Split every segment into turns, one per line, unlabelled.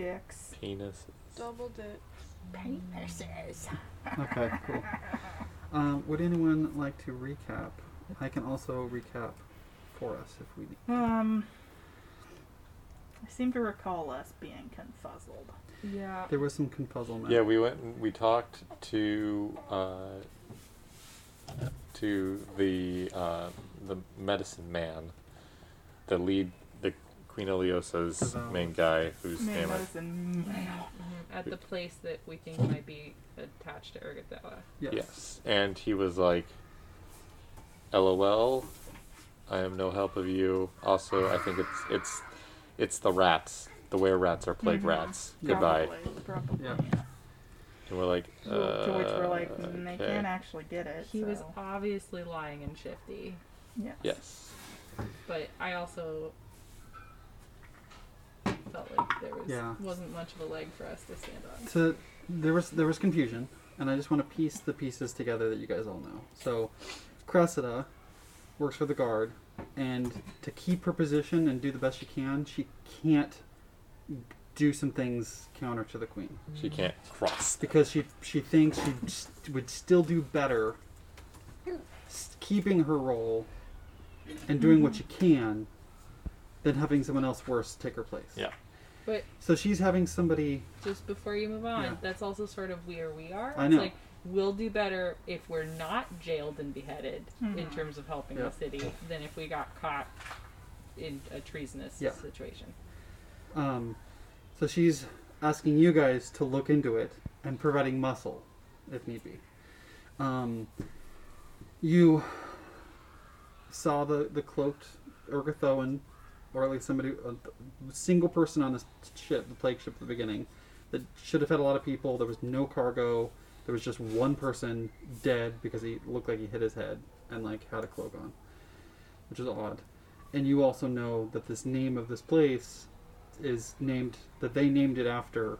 dicks.
Penis.
Double dip.
Penises.
Okay, cool. Um, would anyone like to recap? I can also recap for us if we need.
Um, I seem to recall us being confuzzled.
Yeah.
There was some confuzzlement.
Yeah, we went. And we talked to uh, to the uh, the medicine man, the lead, the Queen Eliosa's
About-
main guy, whose
Man,
name I,
medicine. man.
Mhm, At the place that we think might be attached to Ergatella.
Yes.
yes, and he was like, "LOL, I am no help of you." Also, I think it's it's it's the rats. The where rats are plague
Mhm.
rats. Goodbye.
Probably, probably.
Yeah.
And we're like,
to which we're like,
"Uh,
mm, they
okay."
can't actually get it.
He was
so,
obviously lying and shifty,
Yeah.
Yes.
but I also felt like there was
Yeah.
wasn't much of a leg for us to stand on.
So there was there was confusion, and I just want to piece the pieces together that you guys all know. So Cressida works for the guard, and to keep her position and do the best she can, she can't do some things counter to the queen.
She can't cross.
because she she thinks she s- would still do better s- keeping her role and doing what she can than having someone else worse take her place.
Yeah.
But
So she's having somebody.
just before you move on,
Yeah.
that's also sort of where we are.
I
It's
know.
like we'll do better if we're not jailed and beheaded in terms of helping
Yeah.
the city than if we got caught in a treasonous
Yeah.
situation.
Um, so she's asking you guys to look into it and providing muscle, if need be. Um, you saw the the cloaked Urgathoan, or at least somebody, a single person on this ship, the plague ship at the beginning, that should have had a lot of people. There was no cargo. There was just one person dead because he looked like he hit his head and like had a cloak on, which is odd. And you also know that this name of this place is named that they named it after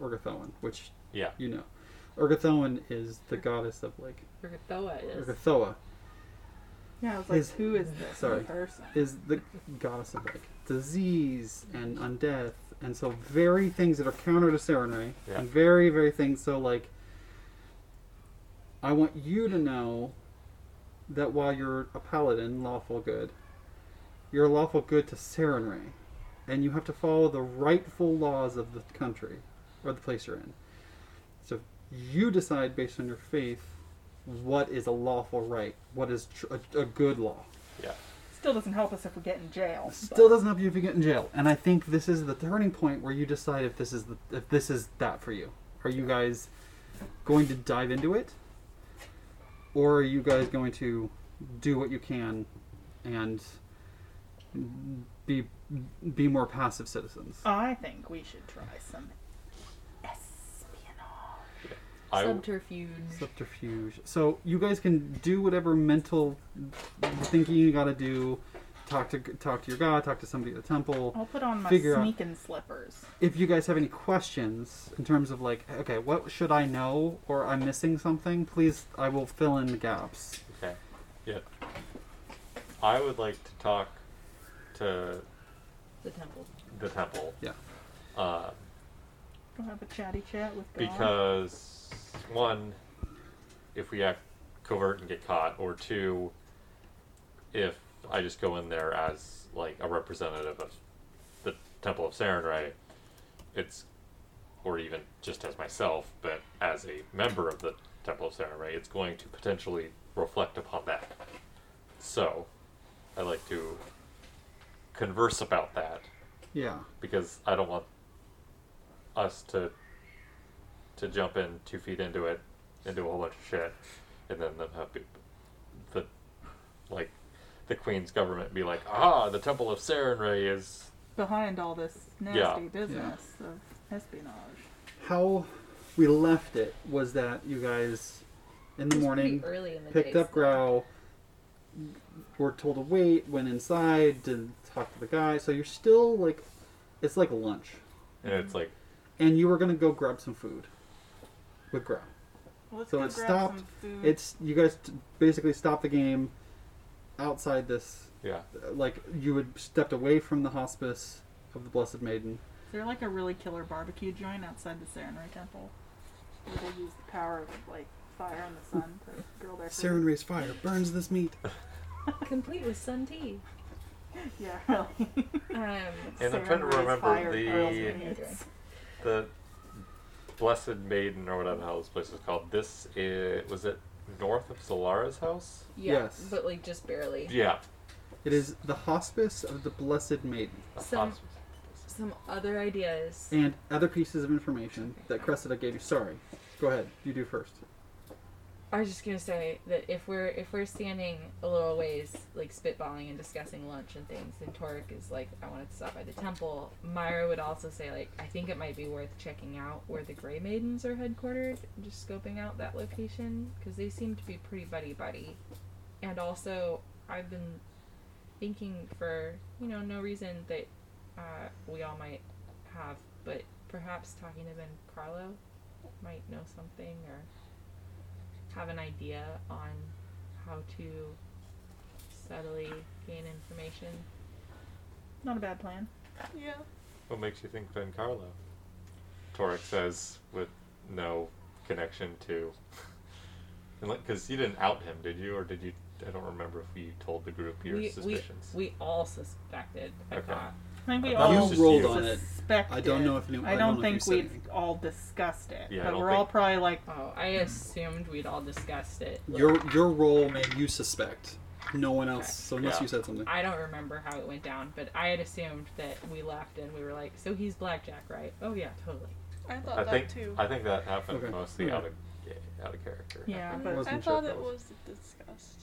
Urgathoan, which
Yeah.
you know. Urgathoan is the goddess of like
Urgathoa is.
Urgathoa
Yeah, I was like,
His-
who is this
sorry.
person?
is the goddess of like disease and undeath and so very things that are counter to Serenay
Yeah.
and very very things so like I want you to know that while you're a paladin lawful good you're lawful good to Serenay and you have to follow the rightful laws of the country or the place you're in so you decide based on your faith what is a lawful right what is tr- a, a good law
Yeah.
Still doesn't help us if we get in jail.
Still doesn't help you if you get in jail. And I think this is the turning point where you decide if this is the, if this is that for you. Are you guys going to dive into it, or are you guys going to do what you can and be be more passive citizens?
I think we should try some espionage.
I w-
Subterfuge.
Subterfuge. So you guys can do whatever mental thinking you got to do. Talk to talk to your god. Talk to somebody at the temple.
I'll put on my
Figure out-
sneaking slippers.
if you guys have any questions in terms of like okay what should i know or i'm missing something please i will fill in the gaps
Okay. Yeah. I would like to talk to
The temple.
the temple.
Yeah.
Uh,
Go have a chatty chat with God.
because one, if we act covert and get caught, or two, if I just go in there as like a representative of the Temple of Sarenrae, it's, or even just as myself, but as a member of the Temple of Sarenrae, it's going to potentially reflect upon that. So, I like to converse about that
yeah
because I don't want us to to jump in two feet into it and do a whole bunch of shit, and then the have peop- the like the queen's government be like, ah, the temple of Sarenrae is
Behind all this nasty
Yeah.
business of espionage.
how we left it was that you guys in the
It was
morning
pretty early in the
picked
day,
up
so-
growl were told to wait went inside to talk to the guy so you're still like it's like lunch
and it's like
and you were gonna go grab some food with growl
Let's
So
go
it
grab
stopped.
some
Mm-hmm.
food.
it's you guys t- basically stopped the game outside this
yeah
like you had stepped away from the hospice of the Blessed Maiden
They're like a really killer barbecue joint outside the Serenray Temple. Where they use the power of like fire and the sun to grill their
Saren
food.
Ray's fire burns this meat.
Complete with sun tea.
Yeah, really.
Um,
And I'm trying to
Serenray's
remember
fire
the-
girls and
Yeah.
meats.
the Blessed Maiden or whatever the hell this place is called. This is, was it north of Solara's house?
yeah,
Yes.
but like just barely.
Yeah.
It is the hospice of the Blessed Maiden.
that's
Some-
awesome.
Some other ideas.
And other pieces of information that Cressida gave you. Sorry. Go ahead. You do first.
I was just gonna say that if we're if we're standing a little ways, like spitballing and discussing lunch and things, and Torek is like, I wanted to stop by the temple. Myra would also say like, I think it might be worth checking out where the Grey Maidens are headquartered, just scoping out that location because they seem to be pretty buddy buddy. And also, I've been thinking for you know no reason that uh, we all might have, but perhaps talking to Ben Carlo might know something or have an idea on how to subtly gain information.
Not a bad plan.
Yeah.
What makes you think Ben Carlo? Torek says with no connection to. Because you didn't out him, did you? Or did you? I don't remember if you told the group your
We, we,
suspicions.
we all suspected, I
Okay.
thought.
I think we
You
all
rolled
on it.
suspected.
I don't know if you-
I
I
don't
don't know if you
think
said
we've
anything.
all discussed it.
Yeah, I
but
don't
we're all
think-
probably like,
Oh, I assumed we'd all discussed it.
Your your role made you suspect. No one else. So unless
Yeah.
you said something.
I don't remember how it went down, but I had assumed that we left and we were like, so he's Blackjack, right? Oh, yeah, totally.
I thought
I
that
think
too.
I think that happened
Okay.
mostly
Okay.
out of yeah, out of character.
yeah,
I
but
I
wasn't sure
thought
if
it
that
was discussed.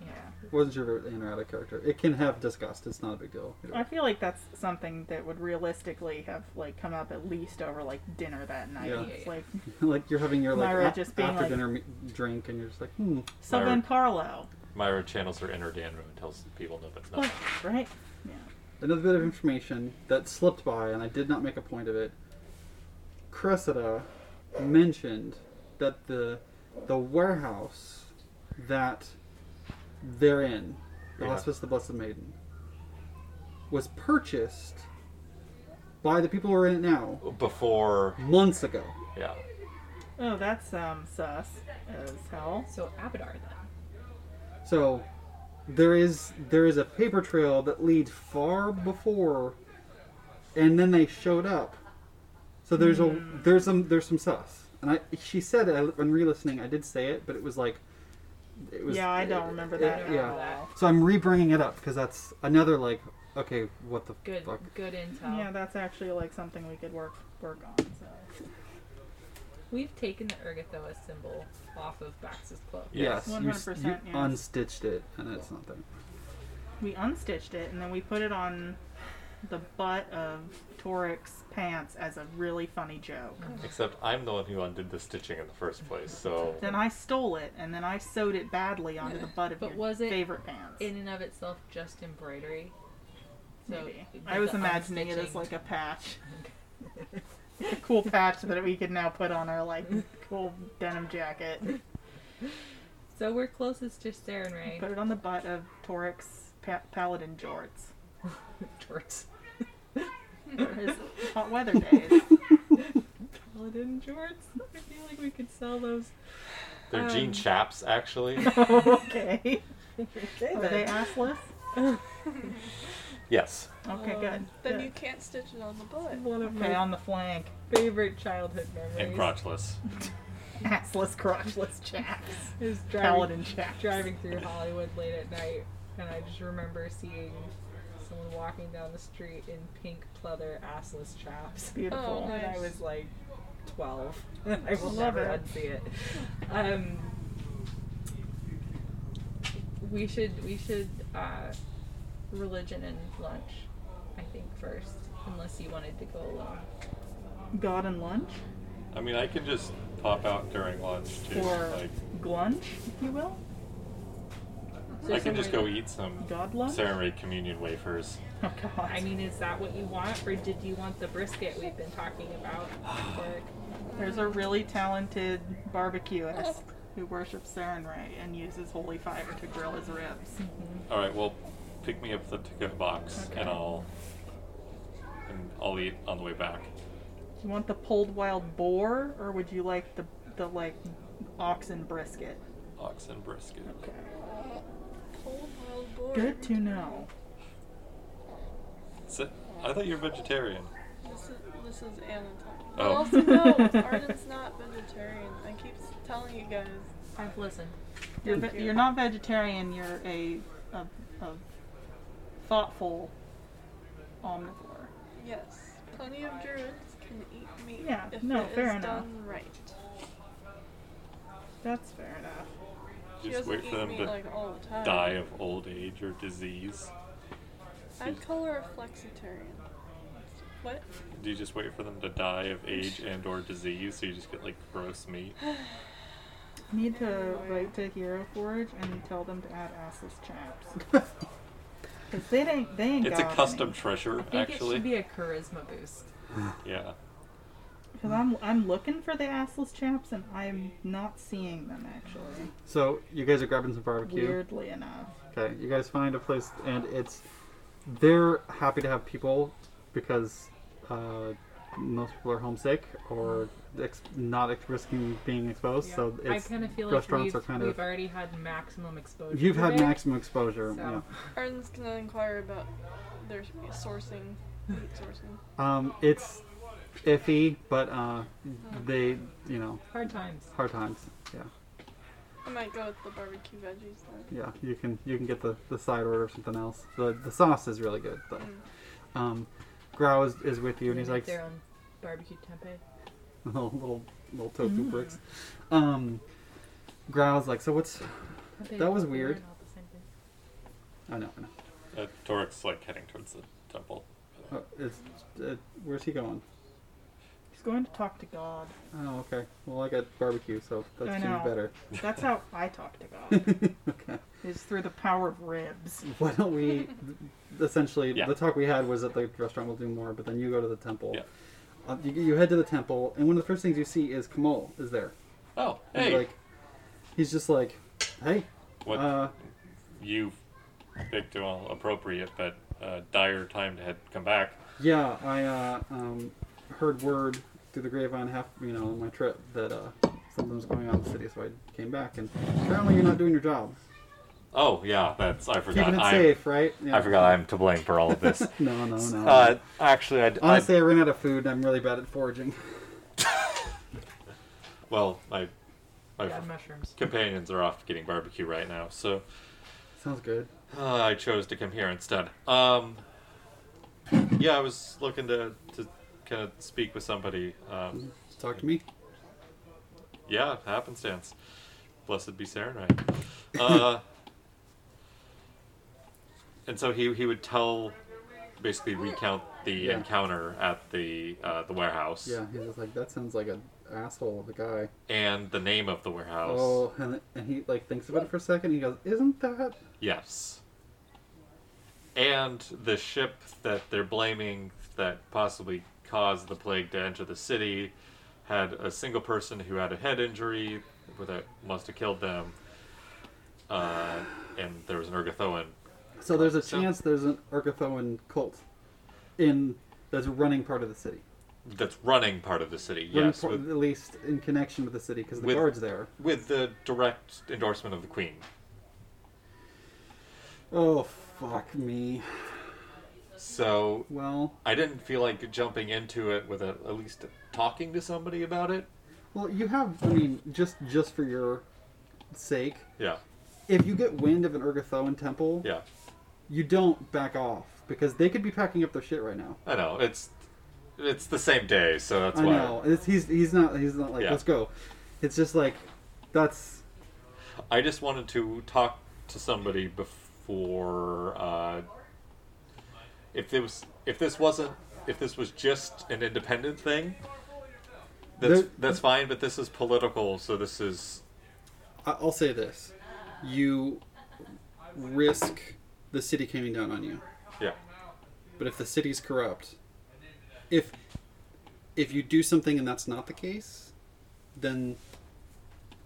Yeah.
Wasn't sure if it was in or out of character. It can have disgust. It's not a big deal.
I feel like that's something that would realistically have like come up at least over like dinner that night.
Yeah.
It's like
like you're having your like
Myra
a-
just being
after
like-
dinner me- drink, and you're just like, hmm.
so
Myra-
then Carlo,
Myra channels her inner Danru and tells people no, but nothing.
right?
Another bit of information that slipped by, and I did not make a point of it. Cressida mentioned that the the warehouse that they're in, the
Yeah.
Hospice of the Blessed Maiden, was purchased by the people who are in it now
Before,
months ago.
yeah,
Oh, that's um sus as hell.
So Abadar then.
So there is there is a paper trail that leads far before, and then they showed up. So there's
Hmm.
a there's some there's some sus, and I she said I, when re-listening I did say it, but it was like it was
yeah, I don't remember
it-
that. at
yeah.
all.
So I'm re-bringing it up because that's another like okay what the
Good,
fuck
good intel.
Yeah, that's actually like something we could work work on. So
We've taken the Ergothoa symbol off of Bax's cloak.
Yes.
yes, you s- you,
100%, yes.
unstitched it and it's not there.
we unstitched it and then we put it on the butt of Torik's pants as a really funny joke.
except I'm the one who undid the stitching in the first place. So
Oh.
Then I stole it and then I sewed it badly onto the butt of
But
your
was it
favorite pants.
In and of itself, just embroidery. So
Maybe.
did
I was
the
imagining it as
unstitching-
like a patch. a cool patch that we could now put on our like cool denim jacket.
So we're closest to Serenray.
Put it on the butt of Torik's pa- paladin jorts.
Jorts.
for His hot weather days.
Paladin jorts. I feel like we could sell those.
they're jean
Um.
chaps actually.
okay. Are they assless?
yes.
Okay,
Um,
good.
Then
good.
you can't stitch it on the butt.
One of
Okay,
my
on the flank.
favorite childhood memories.
And crotchless.
Assless, crotchless chaps.
Is
Paladin
driving,
chaps.
driving through Hollywood late at night, and I just remember seeing someone walking down the street in pink pleather assless chaps.
Beautiful.
Oh, nice.
And I was like 12. I will
Love
never
it.
unsee it. Um, we should we should uh, religion and lunch, I think first, unless you wanted to go alone.
God and lunch?
I mean, I could just pop out during lunch too.
Or
like,
glunch, if you will?
I can just go
somewhere-
eat some
God lunch?
Serenade communion wafers.
Oh, God.
I mean, is that what you want, or did you want the brisket we've been talking about? Or
There's a really talented barbecuist who worships Sarenrae and uses holy fire to grill his ribs.
All right, well, pick me up the to-go box,
Okay.
and I'll and I'll eat on the way back.
You want the pulled wild boar, or would you like the the like oxen brisket?
Oxen brisket.
Okay.
Cold wild boar.
Good to know.
Is it- I thought you were vegetarian.
This is, this is Anna talking.
Oh.
Also, no, Arden's not vegetarian. I keep s- telling you guys.
I've listened.
You're,
Thank
ve-
you.
you're not vegetarian. You're a a, a thoughtful omnivore.
Yes, plenty of druids can eat meat
Yeah,
if
no,
it is
fair enough.
done right.
That's fair enough.
She
Just
doesn't
wait
eat
for them
meat
to
like all the time.
die of old age or disease.
I'd call her a flexitarian. What?
Do you just wait for them to die of age and or disease so you just get like gross meat?
Need to write to Hero Forge and tell them to add assless chaps. Cause they ain't they ain't
It's a
got
custom
any.
treasure,
I think it
actually.
should be a charisma boost.
yeah.
Cause I'm I'm looking for the assless chaps and I'm not seeing them actually.
So you guys are grabbing some barbecue.
Weirdly enough.
Okay, you guys find a place, and it's they're happy to have people because uh, most people are homesick or ex- not ex- risking being exposed. So
I
it's
kind of feel like
restaurants
we've,
are kind
we've
of
already had maximum exposure.
you've had
today.
maximum exposure.
So.
Arden's gonna inquire about their sourcing, meat sourcing.
Yeah, um, it's iffy, but uh, they you know
hard times.
hard times. Yeah,
I might go with the barbecue veggies then.
yeah, you can you can get the, the side order or something else. The the sauce is really good though.
Mm.
Um, Grau is, is with you, and
They
he's
make
like
their own barbecue tempeh.
little little, little tofu bricks. Um, Growl's like, so what's?
Tempeh
That was
and
weird.
all the same thing.
I know, I know.
Uh, Torik's like heading towards the temple.
Oh, it's, it, where's he going?
He's going to talk to God.
Oh, okay. Well, I got barbecue, so that's
I
even
know.
better.
That's how I talk to God.
Okay.
is through the power of ribs.
Why don't we? essentially,
Yeah.
the talk we had was that the restaurant will do more, but then you go to the temple.
Yeah.
Uh, you, you head to the temple, and one of the first things you see is Kamal is there.
Oh,
He's
hey.
like, he's just like, hey,
what
uh,
you picked well appropriate but uh, dire time to head come back.
Yeah, I uh, um, heard word through the grapevine half, you know, on my trip that uh, something was going on in the city, so I came back. And apparently, you're not doing your job.
Oh yeah, that's I forgot.
Keeping it
I'm-
safe, right? Yeah.
I forgot I'm to blame for all of this.
No, no, no.
uh, actually, I, I
Honestly, I ran out of food. and I'm really bad at foraging.
well, my my
Bad mushrooms.
companions are off getting barbecue right now, so
Sounds good.
uh, I chose to come here instead. Um, yeah, I was looking to to kind of speak with somebody. Um,
Talk to me.
yeah, happenstance. Blessed be Serenite. Uh, and so he he would tell, basically recount the
Yeah.
encounter at the uh, the warehouse
Yeah, he's just like that. Sounds like an asshole of a guy.
and the name of the warehouse.
Oh, and, and he like thinks about it for a second. He goes, "Isn't that?"
Yes. And the ship that they're blaming that possibly caused the plague to enter the city had a single person who had a head injury that must have killed them. Uh, and there was an Ergothoan.
So there's a
So-
chance there's an Urkathoan cult in that's running part of the city.
that's running part of the city.
Running
Yes,
part-
with,
at least in connection with the city because the
With-
guards there.
with the direct endorsement of the Queen.
Oh fuck me.
So
Well,
I didn't feel like jumping into it without at least talking to somebody about it.
well, you have. I mean, just just for your sake,
Yeah,
if you get wind of an Urgathoan temple,
yeah.
you don't back off because they could be packing up their shit right now.
I know it's it's the same day, so that's
I
why.
know. It's, he's he's not he's not like
Yeah.
let's go. It's just like that's
I just wanted to talk to somebody before uh, if it was if this wasn't if this was just an independent thing. That's
There-
that's fine, but this is political, so this is
I- I'll say this: you risk the city coming down on you.
yeah.
But if the city's corrupt, if if you do something and that's not the case, then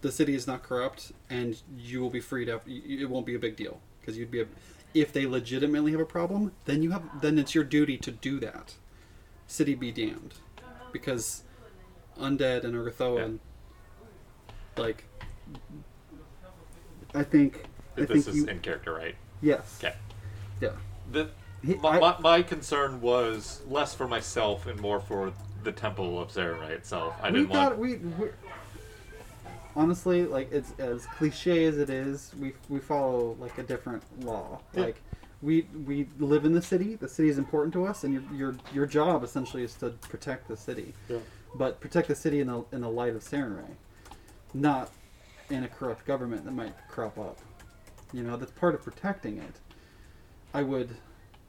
the city is not corrupt and you will be freed up. y- y- It won't be a big deal because you'd be a, if they legitimately have a problem, then you have then it's your duty to do that. city be damned, because undead and Urthoan, like, I think, I
this
think
is
you,
in character, right?
yes,
Okay.
yeah,
The,
He-
my,
I-
my, my concern was less for myself and more for the temple of Zerarai itself. I
we
didn't want.
got we. we Honestly, like it's as cliche as it is, we we follow like a different law.
Yeah.
Like we we live in the city. The city is important to us, and your your your job essentially is to protect the city.
Yeah.
But protect the city in the in the light of Sarenrae, not in a corrupt government that might crop up. You know that's part of protecting it. I would,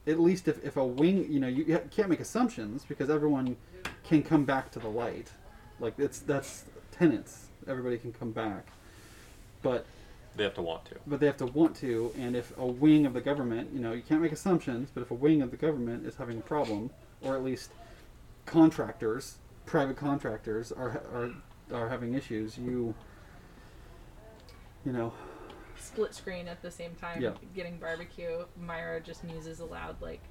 at least if, if a wing, you know, you you can't make assumptions because everyone can come back to the light. Like it's that's tenants. Everybody can come back, but
They have to want to.
but they have to want to. And if a wing of the government, you know, you can't make assumptions, but if a wing of the government is having a problem, or at least contractors, private contractors are are are having issues, you you know,
Split screen at the same time,
Yeah.
getting barbecue. Myra just muses aloud, like,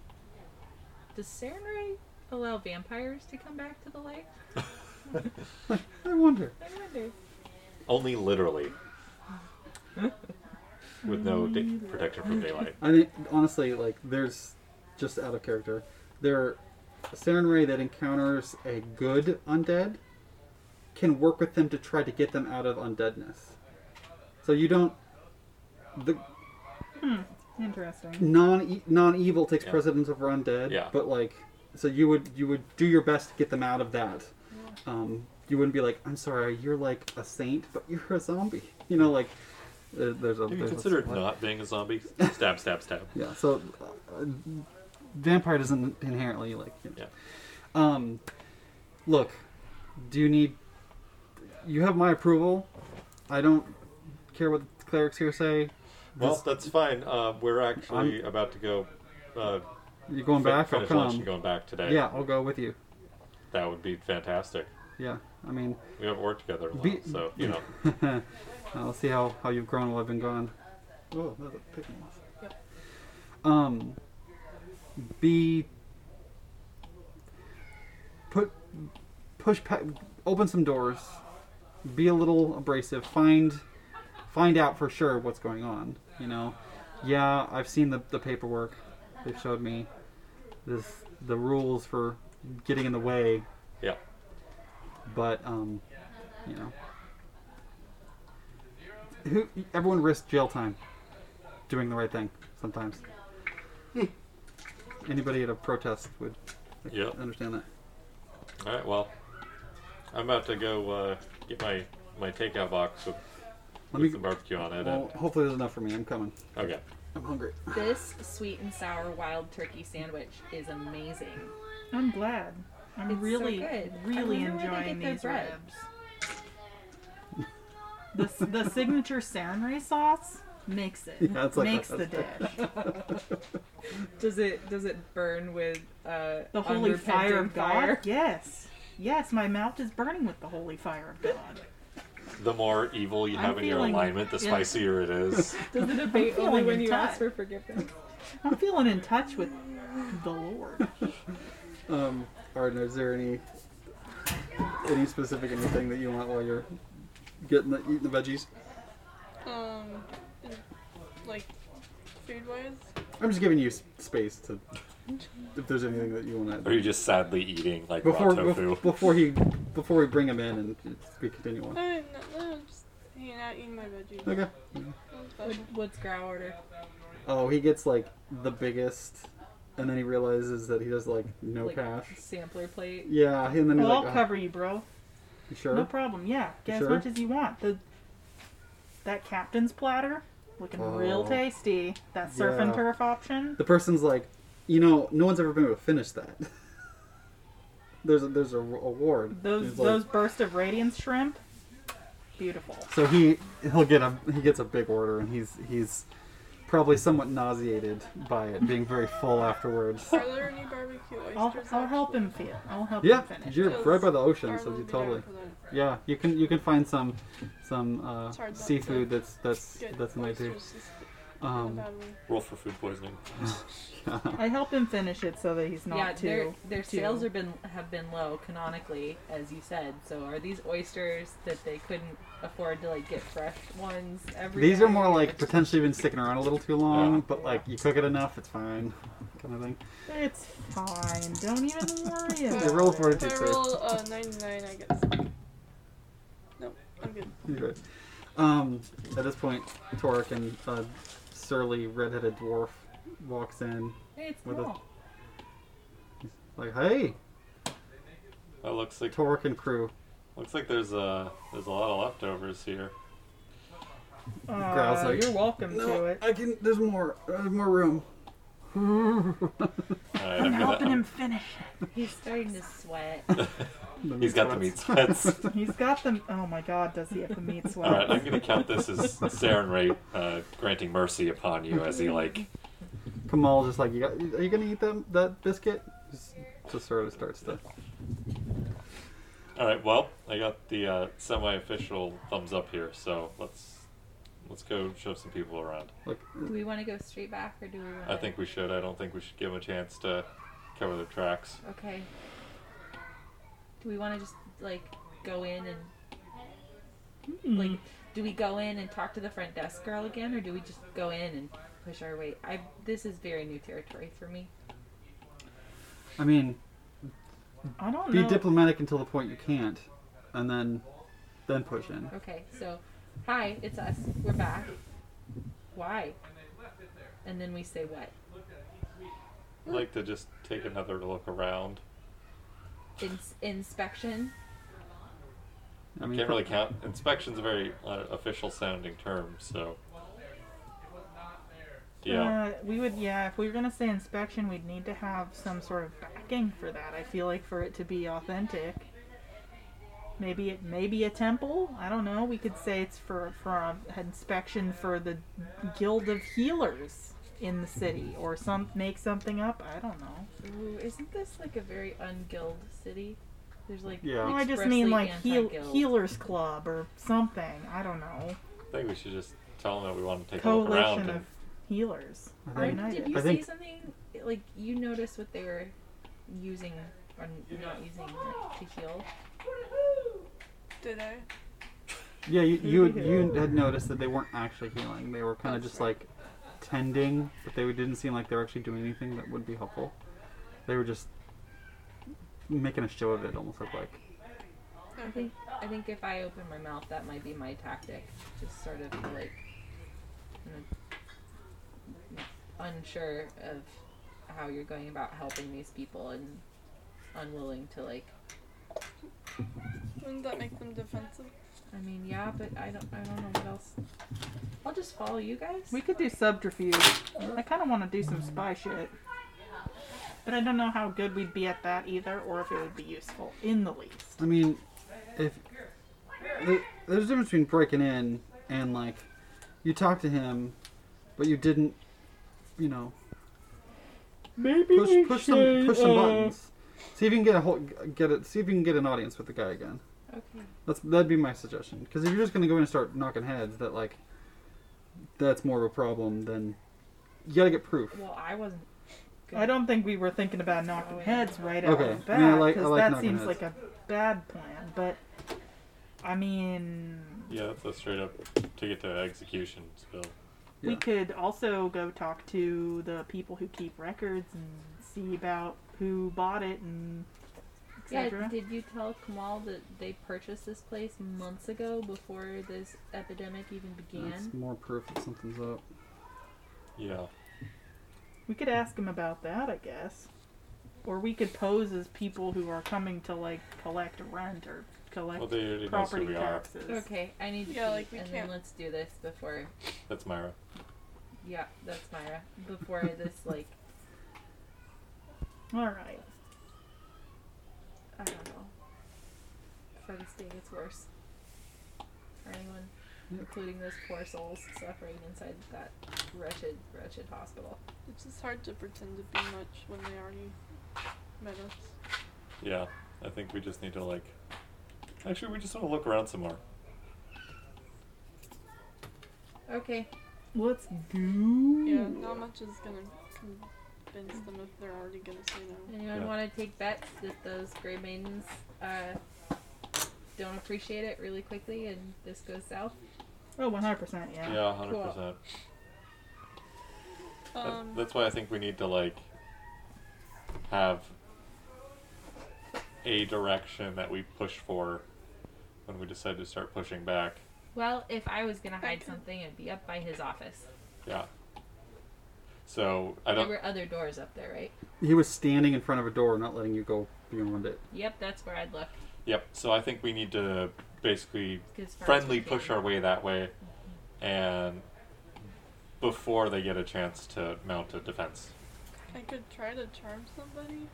"Does Sarenrae allow vampires to come back to the light?"
I wonder.
I wonder.
Only literally. With no da- protection from daylight.
I think honestly, like there's just out of character. There, a Sarenrae that encounters a good undead can work with them to try to get them out of undeadness. So you don't the
Interesting.
non non evil takes
Yeah.
precedence over undead.
Yeah.
But like, so you would you would do your best to get them out of that. Um, you wouldn't be like, I'm sorry, you're like a saint, but you're a zombie. You know, like there- there's a
Have you
there's a
considered
split.
not being a zombie? Stab, stab, stab.
Yeah. So, uh, vampire doesn't inherently like. You know.
Yeah.
Um, look, do you need? You have my approval. I don't care what the clerics here say.
Well,
This-
that's fine. Uh, we're actually about to go. Uh,
you're going
fi-
back. I'll
finish lunch and
come.
going back today.
Yeah, I'll go with you.
That would be fantastic.
Yeah. I mean,
We haven't worked together in a while,
Be-
so you know.
I'll see how how you've grown while I've been gone. Oh, that's a picking off.
Yep.
Um. Be. Put. Push. Pa- open some doors. Be a little abrasive. Find. Find out for sure what's going on. You know. Yeah, I've seen the the paperwork. They've showed me. This the rules for getting in the way,
Yeah.
but um, you know. Who, everyone risks jail time doing the right thing sometimes. Hmm. Anybody at a protest would like,
Yep.
understand that.
All right. Well, I'm about to go uh, get my my takeout box with,
Let
with
me.
some barbecue on it.
Well, hopefully there's enough for me. I'm coming.
and, okay.
I'm hungry.
This sweet and sour wild turkey sandwich is amazing.
I'm glad. I'm
It's so
really,
good. I
really
wonder where they
enjoying
get their
these
bread.
ribs. the, s- the signature Sanray sauce makes it.
Yeah, it's like
makes
that.
the dish.
Does it does it burn with uh,
The holy fire
unrepentant
of God. Yes. Yes, my mouth is burning with the holy fire of God.
The more evil you
I'm
have in your
feeling-
alignment, the
yeah.
spicier it is.
Does it abate
feeling
only when
in
you
touch.
ask for forgiveness?
I'm feeling in touch with the Lord.
Um, Arden, is there any any specific anything that you want while you're getting the, eating the veggies?
Um, is- like food wise,
I'm just giving you s- space to if there's anything that you want
Are
to
you just sadly eating like
before
raw tofu?
bef- before he before we bring him in and it's- we continue on.
I no, no, just hanging out, eating my veggies.
Okay.
Nothing
What,
special.
what's Grow order?
Oh, he gets like the biggest, and then he realizes that he has like no
Like,
cash.
Sampler plate.
Yeah, and then he's
Well, I'll
like, "Ah,
cover you, bro.
you sure?
No problem. Yeah, get
Sure?
as much as you want. The that captain's platter looking real
Oh.
tasty. That surf and
Yeah.
turf option.
The person's like, you know, no one's ever been able to finish that. there's a, there's a r- award.
Those
He's like-
those burst of radiance shrimp. Beautiful.
So he he'll get a he gets a big order, and he's he's probably somewhat nauseated by it, being very full afterwards.
Are there any barbecue oysters?
I'll, I'll
actually?
help him feel. I'll help
Yeah,
him finish.
you're
Those
right by the ocean,
I
so
will
you
be down
totally.
for that.
Yeah, you can you can find some some uh,
It's hard not to
seafood that's that's
Good
that's an idea.
oysters is
Um,
about me.
Roll for food poisoning.
I help him finish it so that he's not
yeah,
too.
their their
too-
sales are been have been low canonically, as you said. So are these oysters that they couldn't afford to like get fresh ones every?
These are
day?
more like potentially been sticking around a little too long,
Yeah.
but like you cook it enough, it's fine, kind of thing.
It's fine. Don't even worry about
Yeah,
it.
roll for it.
If I
Sir.
roll uh, 99, I guess. Nope, I'm good.
Good. Um, at this point, Torek and a surly redheaded dwarf walks in,
Hey, it's
with a-
normal.
like, "Hey,
That looks like
Torek and crew,
looks like there's a there's a lot of leftovers here.
Uh,
Growl's like,
you're welcome to it.
I can. There's more. There's more room."
All right,
I'm
I'm
helping
gonna,
him finish
He's starting to sweat.
he's got the meat sweats.
it. He's got the. Oh my god, does he have the meat
All
sweat?
right, I'm gonna count this as Saren Ray uh, granting mercy upon you as he like
Kamal's just like, you got, "Are you gonna eat them? That biscuit?" Just, just sort of starts to.
All right. Well, I got the uh, semi-official thumbs up here, so let's let's go shove some people around.
Like,
Do we want to go straight back or do we want?
I think we should. I don't think we should give them a chance to cover their tracks.
Okay. Do we want to just like go in and like? Do we go in and talk to the front desk girl again, or do we just go in and push our way? I this is very new territory for me.
I mean,
I don't
be
know.
diplomatic until the point you can't, and then, then push in.
Okay, so, hi, it's us. We're back. Why? And then we say what?
I'd like to just take another look around.
Ins- inspection.
I
I
mean,
can't really count. Inspection's a very uh, official-sounding term, so yeah.
Uh, we would, yeah. If we were gonna say inspection, we'd need to have some sort of backing for that. I feel like for it to be authentic, maybe it maybe a temple. I don't know. We could say it's for for a, inspection for the guild of healers in the city, or some make something up. I don't know.
Ooh, isn't this like a very unguild city? There's like
Yeah.
No, Oh, I just
expressly
mean like heal,
anti-guild.
healers club or something. I don't know.
I think we should just tell them that we want to take a look around.
Coalition
And,
of healers.
I
Or
think-
did
United.
you
I
see
think-
something like you noticed what they were using or not using like, to heal?
Did I?
Yeah, you you,
Mhm.
you had noticed that they weren't actually healing. They were kind of just like tending, but they didn't seem like they were actually doing anything that would be helpful. They were just making a show of it, almost looked like.
I think I think if I open my mouth, that might be my tactic. Just sort of like you know, unsure of how you're going about helping these people and unwilling to like.
Wouldn't that make them defensive?
I mean, yeah, but I don't. I don't know what else. I'll just follow you guys.
We could do subterfuge. I kind of want to do some spy shit. But I don't know how good we'd be at that either, or if it would be useful in the least.
I mean, if there- there's a difference between breaking in and like you talked to him, but you didn't, you know,
Maybe
push push some push some buttons. See if you can get a whole get it. See if you can get an audience with the guy again.
Okay.
That's that'd be my suggestion. Because if you're just gonna go in and start knocking heads, that like, that's more of a problem than you gotta get proof.
Well, I wasn't. Good.
I don't think we were thinking about knocking heads right out
Okay.
of the
I mean, I
bat,
like- I
because
like
that
knocking
seems
heads.
like a bad plan. But I mean,
yeah, that's a straight up ticket to execution spill.
we
Yeah.
could also go talk to the people who keep records and see about who bought it and
Yeah,
etc.
did you tell Kamal that they purchased this place months ago before this epidemic even
That's
began?
more proof that something's up.
Yeah.
We could ask him about that, I guess. Or we could pose as people who are coming to like collect rent or collect
Well, they already knows who
property
we are.
taxes.
Okay, I need to
Yeah,
eat,
like, we
and
can't-
then let's do this before.
That's Myra.
Yeah, that's Myra. Before this, like,
All right.
I don't know. For this day gets worse. For anyone,
Yeah.
including those poor souls suffering inside that wretched, wretched hospital.
It's just hard to pretend to be much when they already met us.
Yeah, I think we just need to like. Actually, we just want to look around some more.
Okay,
Let's go.
Yeah,
Hmm.
not much is gonna convince them if they're already gonna say no.
Anyone
Yeah.
want to take bets that those Grey Maidens uh, don't appreciate it really quickly and this goes south?
Oh, 100%, yeah.
Yeah, hundred percent.
Um,
That's why I think we need to like have a direction that we push for when we decide to start pushing back.
Well, if I was gonna hide
Okay.
something, it'd be up by his office.
Yeah. So I
There
don't.
were other doors up there, right?
He was standing in front of a door, not letting you go beyond it.
Yep, that's where I'd look.
Yep. So I think we need to basically
'cause as far as
friendly
we can-
push our way that way, and before they get a chance to mount a defense,
I could try to charm somebody,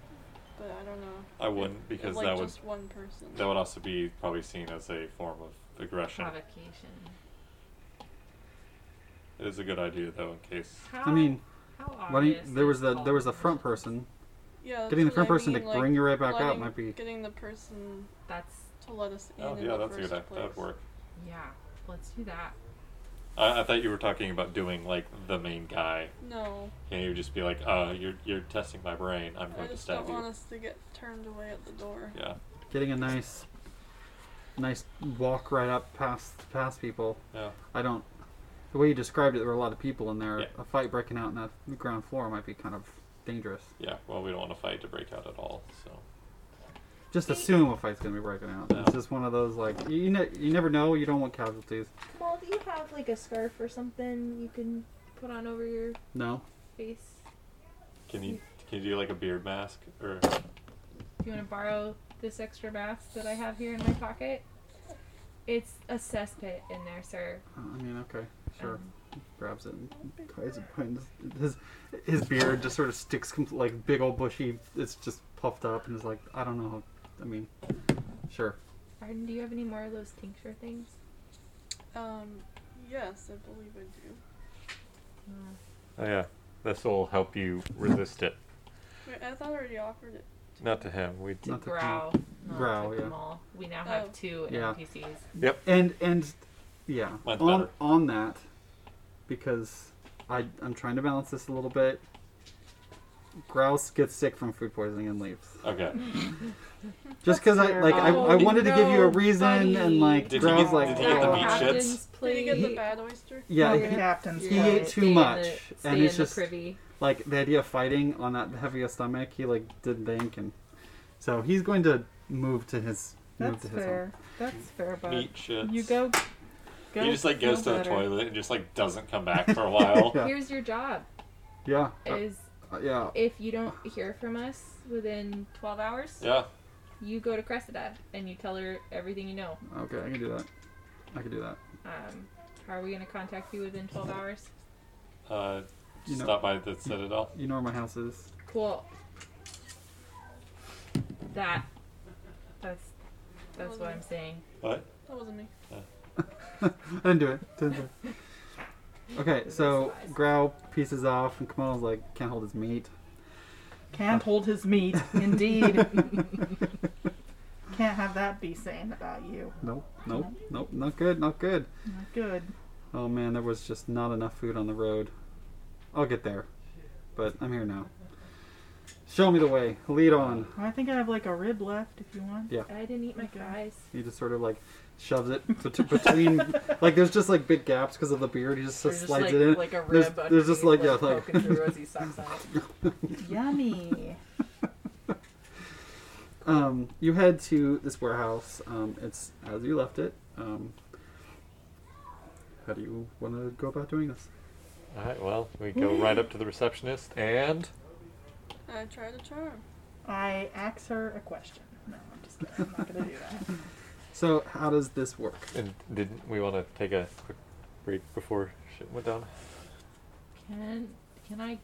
but I don't know.
I wouldn't because
like
that would
just one person.
that would also be probably seen as a form of aggression.
Provocation.
It is a good idea though, in case.
How,
I mean,
how
why do you,
obvious
there was
is
the
all
there was the
this?
front person.
yeah, that's
Getting the
what
front
I
person to
mean, like,
bring you right back out
letting-
might be.
Getting the person
That's
to let us in.
Oh
in
yeah,
the
that's a good
first
idea. That would
place.
work.
yeah. Let's do that.
I, I thought you were talking about doing like the main guy,
No,
and you would just be like, "Uh, you're you're testing my brain. I'm
I
going to
just
stab
don't
you."
want us to get turned away at the door.
Yeah,
Getting a nice, nice walk right up past past people.
yeah.
I don't. The way you described it, there were a lot of people in there.
Yeah.
A fight breaking out in that ground floor might be kind of dangerous.
Yeah, well, we don't want to fight to break out at all, so.
Just assume a fight's gonna be breaking out.
Yeah.
It's just one of those like you ne- you never know. You don't want casualties.
Well, do you have like a scarf or something you can put on over your
No.
face?
Can you can you do like a beard mask or
Do you want to borrow this extra mask that I have here in my pocket? It's a cesspit in there, sir.
Uh, I mean, okay, sure.
Um,
Grabs it and ties it behind his his, his beard. Just sort of sticks com- like big old bushy. It's just puffed up and is like I don't know. how I mean, sure.
Arden, do you have any more of those tincture things?
Um, yes, I believe I do.
Uh,
Oh yeah, this will help you resist it.
Wait, I thought I already offered it.
Not to him. We
To
Not the-
growl. not
Growl,
to
yeah.
gnaw. We now
Oh.
have two
Yeah.
NPCs.
And and yeah,
Mine's
on
better.
on that because I I'm trying to balance this a little bit. Grouse gets sick from food poisoning and leaves.
okay.
Just because I
fair.
like I, I
Oh,
wanted to give you a
no,
reason and
buddy.
like
Did he
Grouse
get-
like
did he get the
"Oh."
meat shit?
Captains,
chips?
Did you
please.
get the bad oyster?
yeah
Oh,
he-
the captain's
he
fault.
ate too
Stay in
much,
the-
and
stay
it's
in the
just-
privy.
like the idea of fighting on that heavy a stomach he like didn't think and so he's going to move to his move
That's
to his
fair. That's fair, bud.
Meat shits.
You go. go
he just like
feel
goes to the
better.
toilet and just like doesn't come back for a while.
Yeah.
Here's your job:
home. yeah
is
uh, yeah
if you don't hear from us within 12 hours,
yeah.
you go to Cressida and you tell her everything you know.
okay I can do that I can do that
Um, are we gonna contact you within 12 hours?
Uh,
You know-
stop by the Citadel.
you know where my house is
Cool. That. That's. That's what I'm saying.
What?
That wasn't me.
I didn't do it didn't do it okay so
Lies.
Growl pieces off and Kimono's like can't hold his meat
Can't hold his meat, indeed. Can't have that be saying about you.
nope nope nope not good not good
Not Good.
oh man there was just not enough food on the road I'll get there but I'm here now show me the way lead on
I think I have like a rib left if you want.
Yeah.
I didn't eat my
Okay.
fries.
He just sort of like shoves it bet- between like there's just like big gaps because of the beard. He just,
There's
slides
just like,
it in.
like a rib
There's- there's just like,
underneath,
yeah, like-
poking through Rosie's socks on it.
Yummy.
Um, you head to this warehouse. Um, it's as you left it. Um, how do you want to go about doing this?
All right. Well, we go right up to the receptionist and
I tried to charm.
I ask her a question. No, I'm just kidding. I'm not gonna do that.
So how does this work?
and didn't we want to take a quick break before shit went down?
Can can I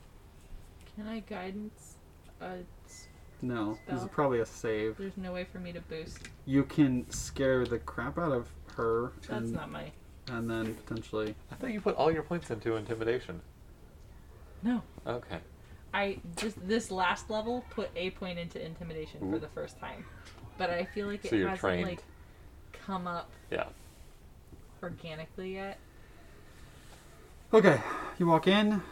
can I guidance? Uh, s-
No, this is
Spell.
probably a save.
there's no way for me to boost.
You can scare the crap out of her,
That's
and,
not my.
and then potentially
I thought you put all your points into intimidation.
No.
Okay.
I just this last level put a point into intimidation
Ooh.
for the first time, but I feel like it
So you're
hasn't
trained.
like come up
Yeah.
organically yet.
Okay, you walk in.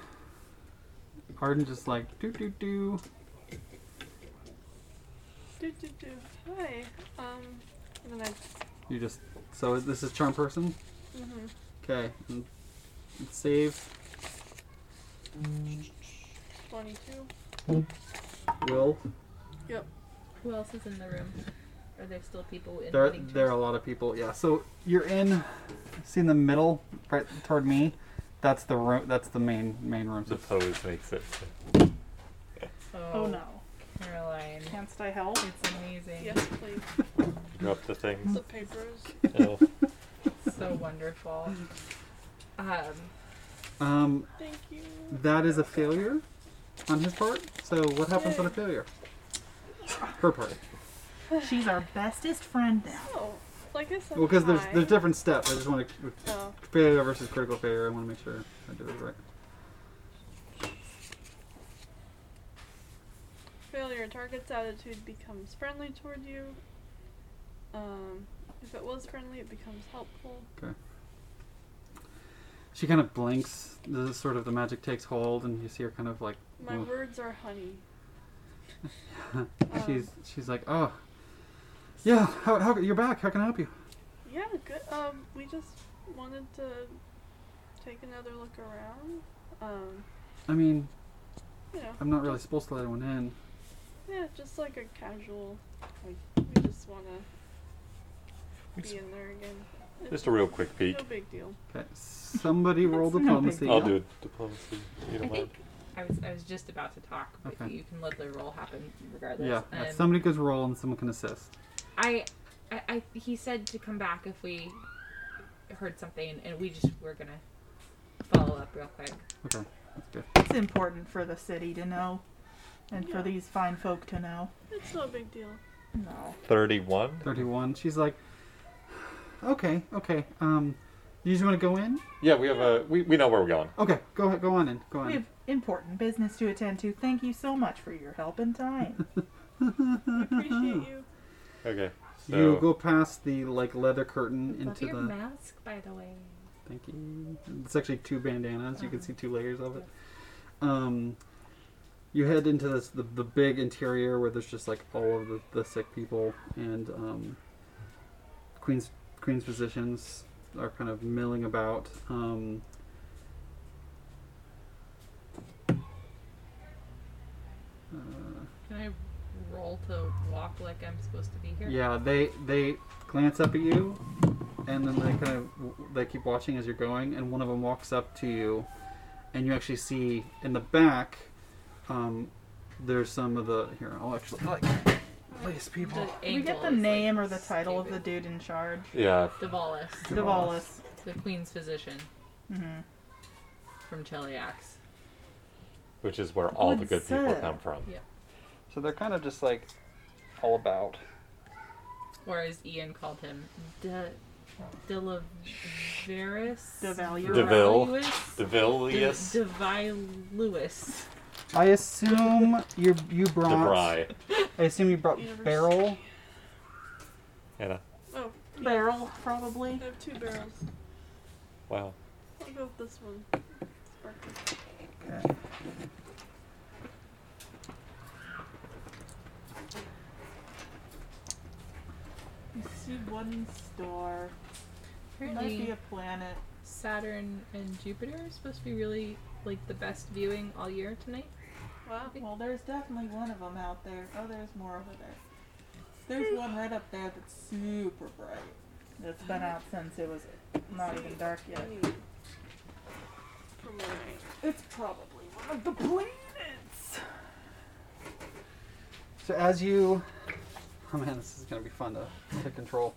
Arden just like doo doo doo.
Do, do, do. Hi. Um, and then
You just so this is charm person.
I, hmm
Okay, and save.
22.
Will
Who else is in the room? Are there still people in
there
waiting to-
there are a lot of people. Yeah, so you're in. See in the middle, right toward me. That's the room. That's the main main room.
The pose makes it.
Oh no.
Caroline.
Can't I help?
It's amazing.
Yes, please.
You're up to things.
The papers.
Oh,
So wonderful. Um,
Um,
Thank you.
that is a failure on his part. So what happens on a failure? Her part.
She's our bestest friend now.
Oh, like I said,
Well, because there's
hi.
there's different steps. I just want to
Oh,
failure versus critical failure. I want to make sure I did it right.
failure. Target's attitude becomes friendly toward you. Um, if it was friendly, it becomes helpful.
She kind of blinks. This is sort of the magic takes hold, and you see her kind of like
My
Oof.
words are honey. Um,
she's she's like, oh, yeah, how, how you're back? How can I help you?
Yeah, good. Um, we just wanted to take another look around. Um,
I mean,
you know,
I'm not really supposed to let anyone in.
yeah, just like a casual. Like, we just want to
It's-
be in there again. It's
just a real quick peek.
No big deal.
Okay, somebody roll
That's no big
diplomacy.
deal.
I'll do diplomacy. You
I
don't mind.
think I was, I was just about to talk, but
Okay.
you can let the roll happen regardless.
Yeah, yeah,
And
somebody goes roll, and someone can assist.
I, I, I, he said to come back if we heard something, and we just were gonna follow up real quick.
Okay, that's good.
It's important for the city to know, and
Yeah.
for these fine folk to know.
It's no big deal.
No.
31?
Thirty-one. She's like, okay, okay. Um, you just want to go in?
Yeah, we have a. We, we know where we're going.
Okay, go ahead, go on in, go on.
We
in.
have important business to attend to. Thank you so much for your help and time.
We appreciate you.
Okay. So,
You go past the like leather curtain
Love
into
your
the.
mask, by the way.
Thank you. It's actually two bandanas. You can
Oh.
see two layers of it. Um, you head into this the, the big interior where there's just like all of the, the sick people and um, queens queens physicians are kind of milling about. Um, uh,
Can I roll to walk like I'm supposed to be here?
yeah, they they glance up at you, and then they kind of they keep watching as you're going, and one of them walks up to you, and you actually see in the back, um, there's some of the here. I'll actually like place
The
people.
Did we get
angle
the
is, like,
name or the title of the
stupid.
dude in charge?
Yeah.
Davalis,
Davalis.
Davalis.
the queen's physician
Mm-hmm.
from Cheliax.
Which is where all the
Good
good people
sir.
come from.
Yeah.
So they're kind of just like all about.
Or as Ian called him, De Delaveris?
Devaluous.
Deville.
Devaluous?
Devilius.
De- Deviluous.
I assume you you brought.
Debray.
I assume you brought
University.
barrel.
Anna.
Oh,
Barrel, probably.
I have two barrels.
Wow.
I'll go with this one. Sparkling.
Okay.
You see one star. It might be
Apparently,
a planet.
Saturn and Jupiter are supposed to be really like the best viewing all year tonight.
Wow.
Well, there's definitely one of them out there. Oh, there's more over there. There's one right up there that's super bright. That's been out since it was not even dark yet.
Mm. From where I-
It's probably one of the planets.
So as you, oh man, this is gonna be fun to take control.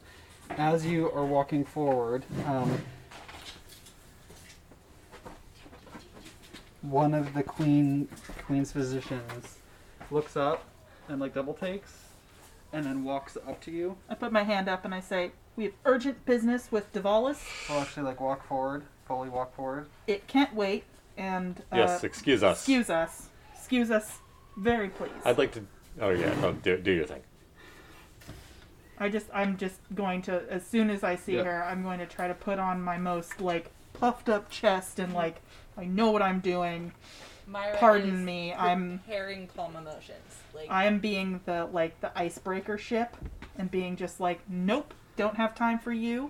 As you are walking forward, um, one of the queen queen's physicians looks up and like double takes, and then walks up to you.
I put my hand up and I say, "We have urgent business with Davalis.
Will actually like walk forward, fully walk forward.
It can't wait." And uh,
yes, excuse us.
excuse us, excuse us, very please.
I'd like to. Oh, yeah. No, do, do your thing.
I just, I'm just going to, as soon as I see
Yeah.
her, I'm going to try to put on my most like puffed up chest and like, I know what I'm doing.
Myra
Pardon
is
me, I'm-
preparing calm emotions. Like
I am being the like the icebreaker ship and being just like, nope, don't have time for you.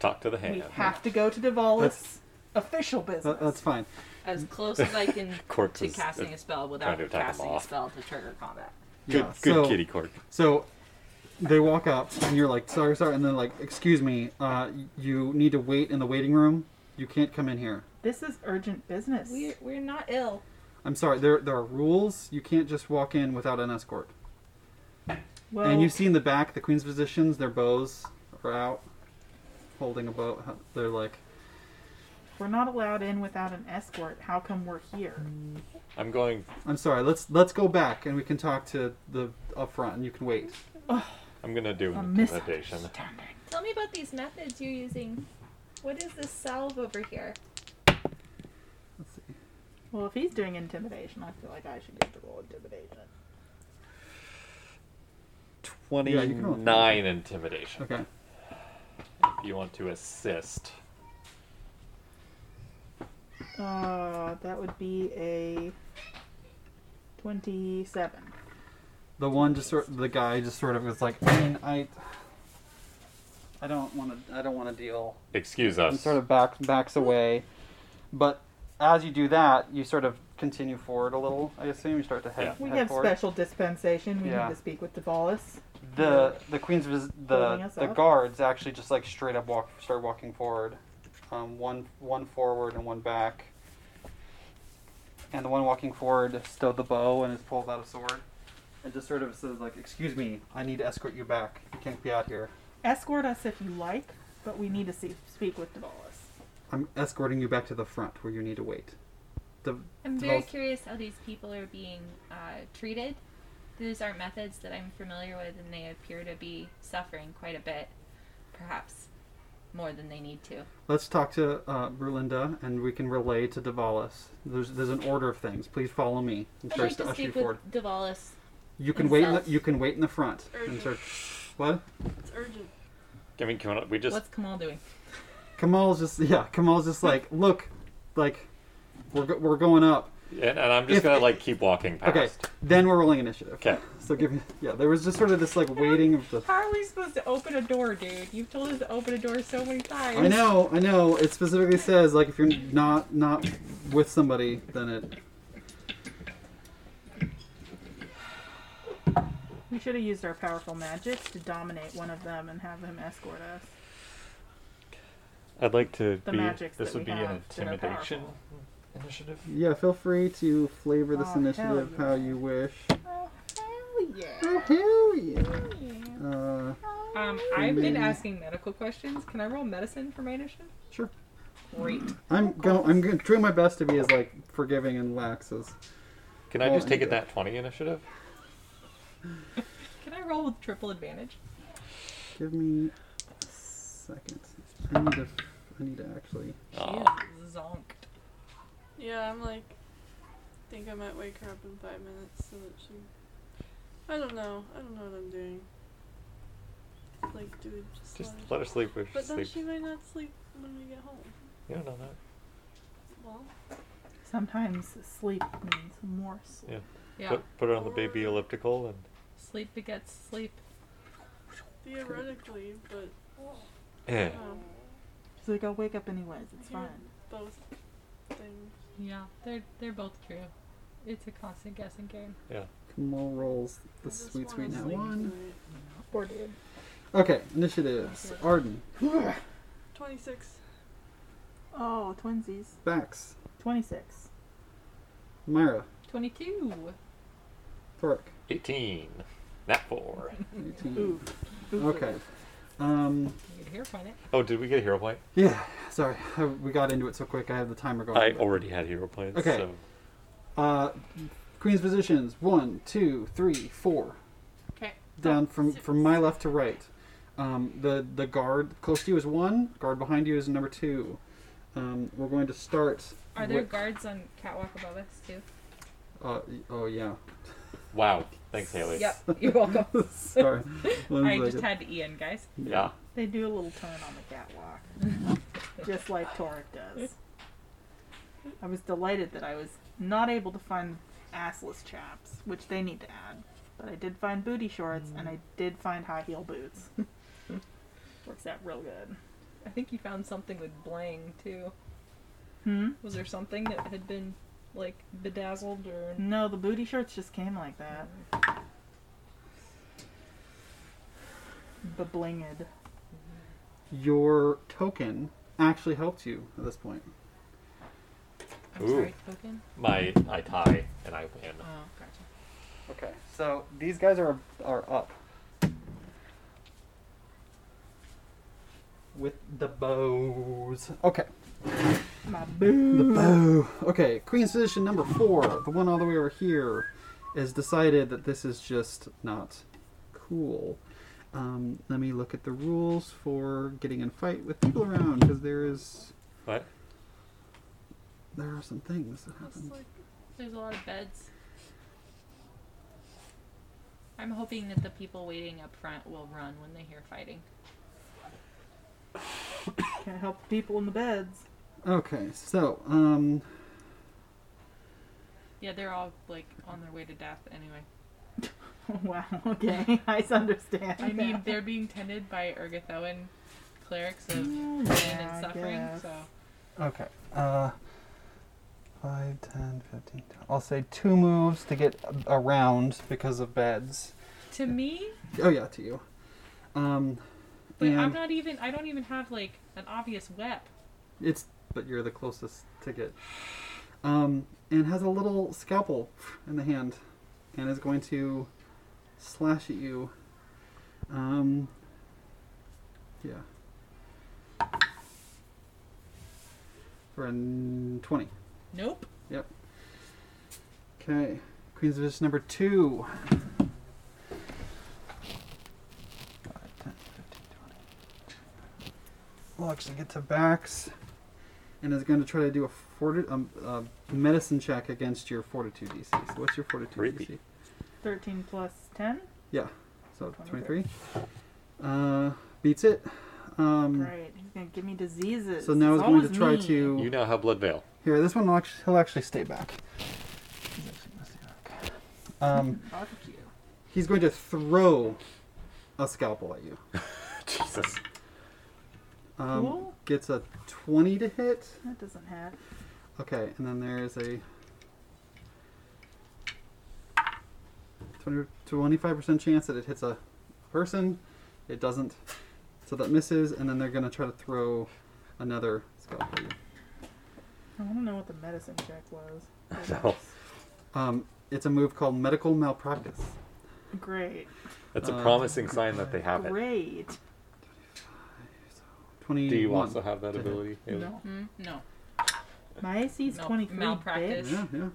Talk to the hand.
We have to go to Devalis. Official business.
That, that's fine.
as close as I can
Cork
to
was, uh,
casting a spell
trying
without
to attack him
casting a
off.
spell to trigger combat.
Good,
Yeah,
good
so-
kitty cork.
So they walk up, and you're like, sorry, sorry, and then like, excuse me, uh, you need to wait in the waiting room. You can't come in here.
This is urgent business.
We're we're not ill.
I'm sorry. There, there are rules. You can't just walk in without an escort.
Well,
and you see in the back, the queen's physicians, their bows are out, holding a bow. They're like,
we're not allowed in without an escort. How come we're here?
Mm.
I'm going.
I'm sorry. Let's let's go back, and we can talk to the up front, and you can wait.
I'm gonna do
A
an intimidation.
misunderstanding.
Tell me about these methods you're using. What is this salve over here?
Let's see.
Well, if he's doing intimidation, I feel like I should get the roll intimidation.
can roll.
Twenty-nine intimidation.
Okay.
If you want to assist,
Uh, that would be a twenty-seven.
The one just sort, the guy just sort of was like, I mean, I, I don't want to, I don't want to deal.
excuse
and
us.
sort of back backs away. But as you do that, you sort of continue forward a little. I assume you start to head,
We
head
have
forward.
special dispensation. We
Yeah.
need to speak with Devalis.
the the queen's vis-
Holding
the
us
the
up.
guards actually just like straight up walk start walking forward, um, one one forward and one back. And the one walking forward stowed the bow and has pulled out a sword, and just sort of says like, "Excuse me, I need to escort you back. You can't be out here.
Escort us if you like, but we need to see, speak with Devalis.
I'm escorting you back to the front where you need to wait." The,
I'm very
Devalis-
curious how these people are being uh, treated. These are methods that I'm familiar with, and they appear to be suffering quite a bit, perhaps more than they need to.
Let's talk to uh, Berlinda, and we can relay to Davalis. There's there's an order of things. Please follow me. And
I'd
starts
like to
to usher you
speak
forward.
with Davalis.
You can wait. In the,
himself.
you can wait in the front. And
Urgent.
start, what?
It's urgent.
I mean, can we, we just
What's Kamal doing?
Kamal's just yeah. Kamal's just like look, like we're go- we're going up.
and, and I'm just
If-
gonna like keep walking past.
Okay, then we're rolling initiative.
Okay.
So give me yeah. There was just sort of this like waiting of the.
How are we supposed to open a door, dude? You've told us to open a door so many times.
I know, I know. It specifically says like if you're not not with somebody, then it.
We should have used our powerful magic to dominate one of them and have him escort us.
I'd like to
The be- magics this that would we be an have that are intimidation
initiative.
Yeah, feel free to flavor this
Oh, hell
initiative
yeah.
how you wish.
Oh hell yeah!
Oh hell yeah! Uh,
Um, I've been asking medical questions. Can I roll medicine for my initiative?
Sure.
Great.
I'm going. I'm going doing my best to be as like forgiving and lax as.
Can I
Oh,
just take it
yeah.
that twenty initiative?
Can I roll with triple advantage?
Give me a second. I need to. I need to actually.
Aw.
She is zonked.
Yeah, I'm like, think I might wake her up in five minutes so that she. I don't know. I don't know what I'm doing. Like, do we just,
Just
let her-
let her sleep where she
But then
sleeps.
she might not sleep when we get home.
You don't know that.
Well,
Sometimes sleep means more sleep.
Yeah.
Yeah.
Put, put her on the baby elliptical and
Sleep begets sleep.
theoretically, but
Eh.
um,
She's like, I'll wake up anyways. It's
Yeah.
fine.
both things.
Yeah, they're they're both true. It's a constant guessing game.
Kamal rolls
I
the
just
sweet,
wanna
sweet now
sleep
one.
tonight.
Poor dude.
Okay, initiatives. Arden,
Twenty-six.
Oh, twinsies.
Bax,
Twenty-six.
Myra,
Twenty two.
Torek,
eighteen. That four.
18.
Oof. Oof.
Okay. Um.
You could hear from it.
Oh, did we get hero point?
Yeah. Sorry, I, we got into it so quick. I have the timer going.
I
but-
already had hero points.
Okay.
So
Uh, Queen's positions one, two, three, four.
Okay. Oh,
Down from from my left to right. Um, the the guard close to you is one. Guard behind you is number two. Um, we're going to start.
Are there
with-
guards on catwalk above us too?
uh, oh yeah.
wow. Thanks, Haley.
Yep. You're welcome.
Sorry. One
I just
second.
had to Ian, guys.
Yeah.
They do a little turn on the catwalk.
just like Torek does. I was delighted that I was not able to find assless chaps, which they need to add. But I did find booty shorts and I did find high heel boots. Works out real good.
I think you found something with blang too.
Hmm?
Was there something that had been like bedazzled or
No, the booty shorts just came like that. Beblinged.
Your token actually helped you at this point.
I'm
Ooh.
sorry, token?
My I tie and I win.
Oh, gotcha.
Okay, so these guys are are up with the bows. Okay,
My boo.
the bow. Okay, queen's position number four, the one all the way over here, is decided that this is just not cool. Um, let me look at the rules for getting in fight with people around because there is
What?
there are some things that
That's
happen.
like
There's a lot of beds. I'm hoping that the people waiting up front will run when they hear fighting.
Can't help the people in the beds.
Okay, so um,
Yeah, they're all like on their way to death anyway.
wow, okay. I understand.
I mean,
that.
they're being tended by Ergothoan clerics
Mm,
of pain
yeah, I
and suffering,
guess.
so
Okay. Uh, 5, 10, 15. I'll say two moves to get a- around because of beds.
to me,
Oh, yeah, to you. Um,
but I'm
And-
not even. I don't even have like an obvious web.
it's but you're the closest to get. Um, and has a little scalpel in the hand and is going to slash at you. Um, yeah. For a n- 20.
Nope.
Okay, Queen's Division number two. We'll actually get to backs, and is going to try to do a forti- um, uh, medicine check against your fortitude DC. So what's your fortitude E
Creepy.
DC?
13 plus 10?
So
23.
twenty-three. Uh, beats it. Um,
Great. He's going to give me diseases.
So now he's
it's
going to
always
try
me.
to.
You now have blood veil.
Here, this one will actually, he'll actually stay back. Um,
Barbecue.
he's going to throw a scalpel at you.
Jesus.
Um,
Cool.
Gets a 20 to hit.
That doesn't have.
Okay, and then there is a 20, 25% chance that it hits a person. It doesn't. So that misses, and then they're going to try to throw another scalpel at you.
I want to know what the medicine check was.
No.
Um, it's a move called Medical Malpractice.
Great.
That's a
Uh,
promising sign that they have it.
Great.
21.
Do you also have that
to hit.
ability? Haley?
No.
Hmm? No.
My AC is
Mal-
23.
malpractice.
bitch.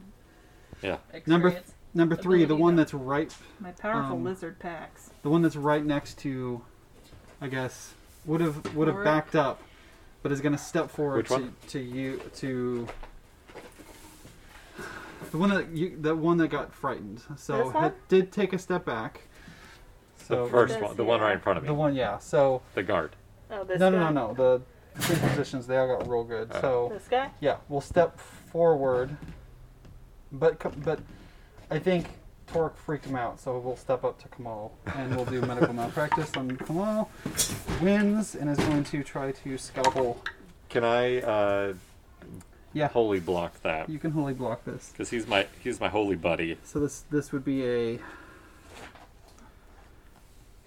Yeah, yeah. Number-
Experience.
Number three, the
Ability,
one
though.
that's right
My powerful
Um,
lizard packs.
The one that's right next to, I guess, would have would have
Torque.
backed up, but is going to step forward
Which
to,
one?
to you to. The one that you, the one that got frightened, so
This one?
had- did take a step back.
The
So
first
This,
one, the one
yeah.
right in front of
the
me,
one, yeah. So
the guard.
Oh, this
no, no, no, no. The three positions they all got real good.
Uh.
so
This guy?
yeah, we'll step forward, but co- but I think Torque freaked him out, so we'll step up to Kamal and we'll do medical malpractice on Kamal. Wins and is going to try to scalpel.
Can I uh,
Yeah,
holy block that?
you can wholly block this.
Because he's my he's my holy buddy.
So this this would be a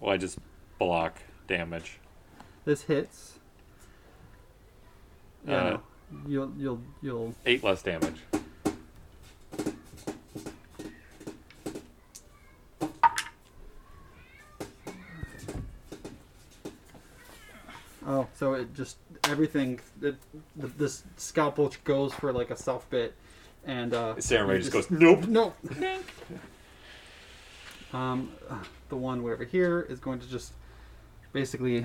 Well, I just block damage.
this hits. Yeah,
Uh,
no. you'll you'll you'll
Eight less damage.
Oh, so it just everything it, the, this scalpel goes for like a self bit, and uh,
Sarah
you
Ray just goes, "Nope."
nope. um, the one way over here is going to just basically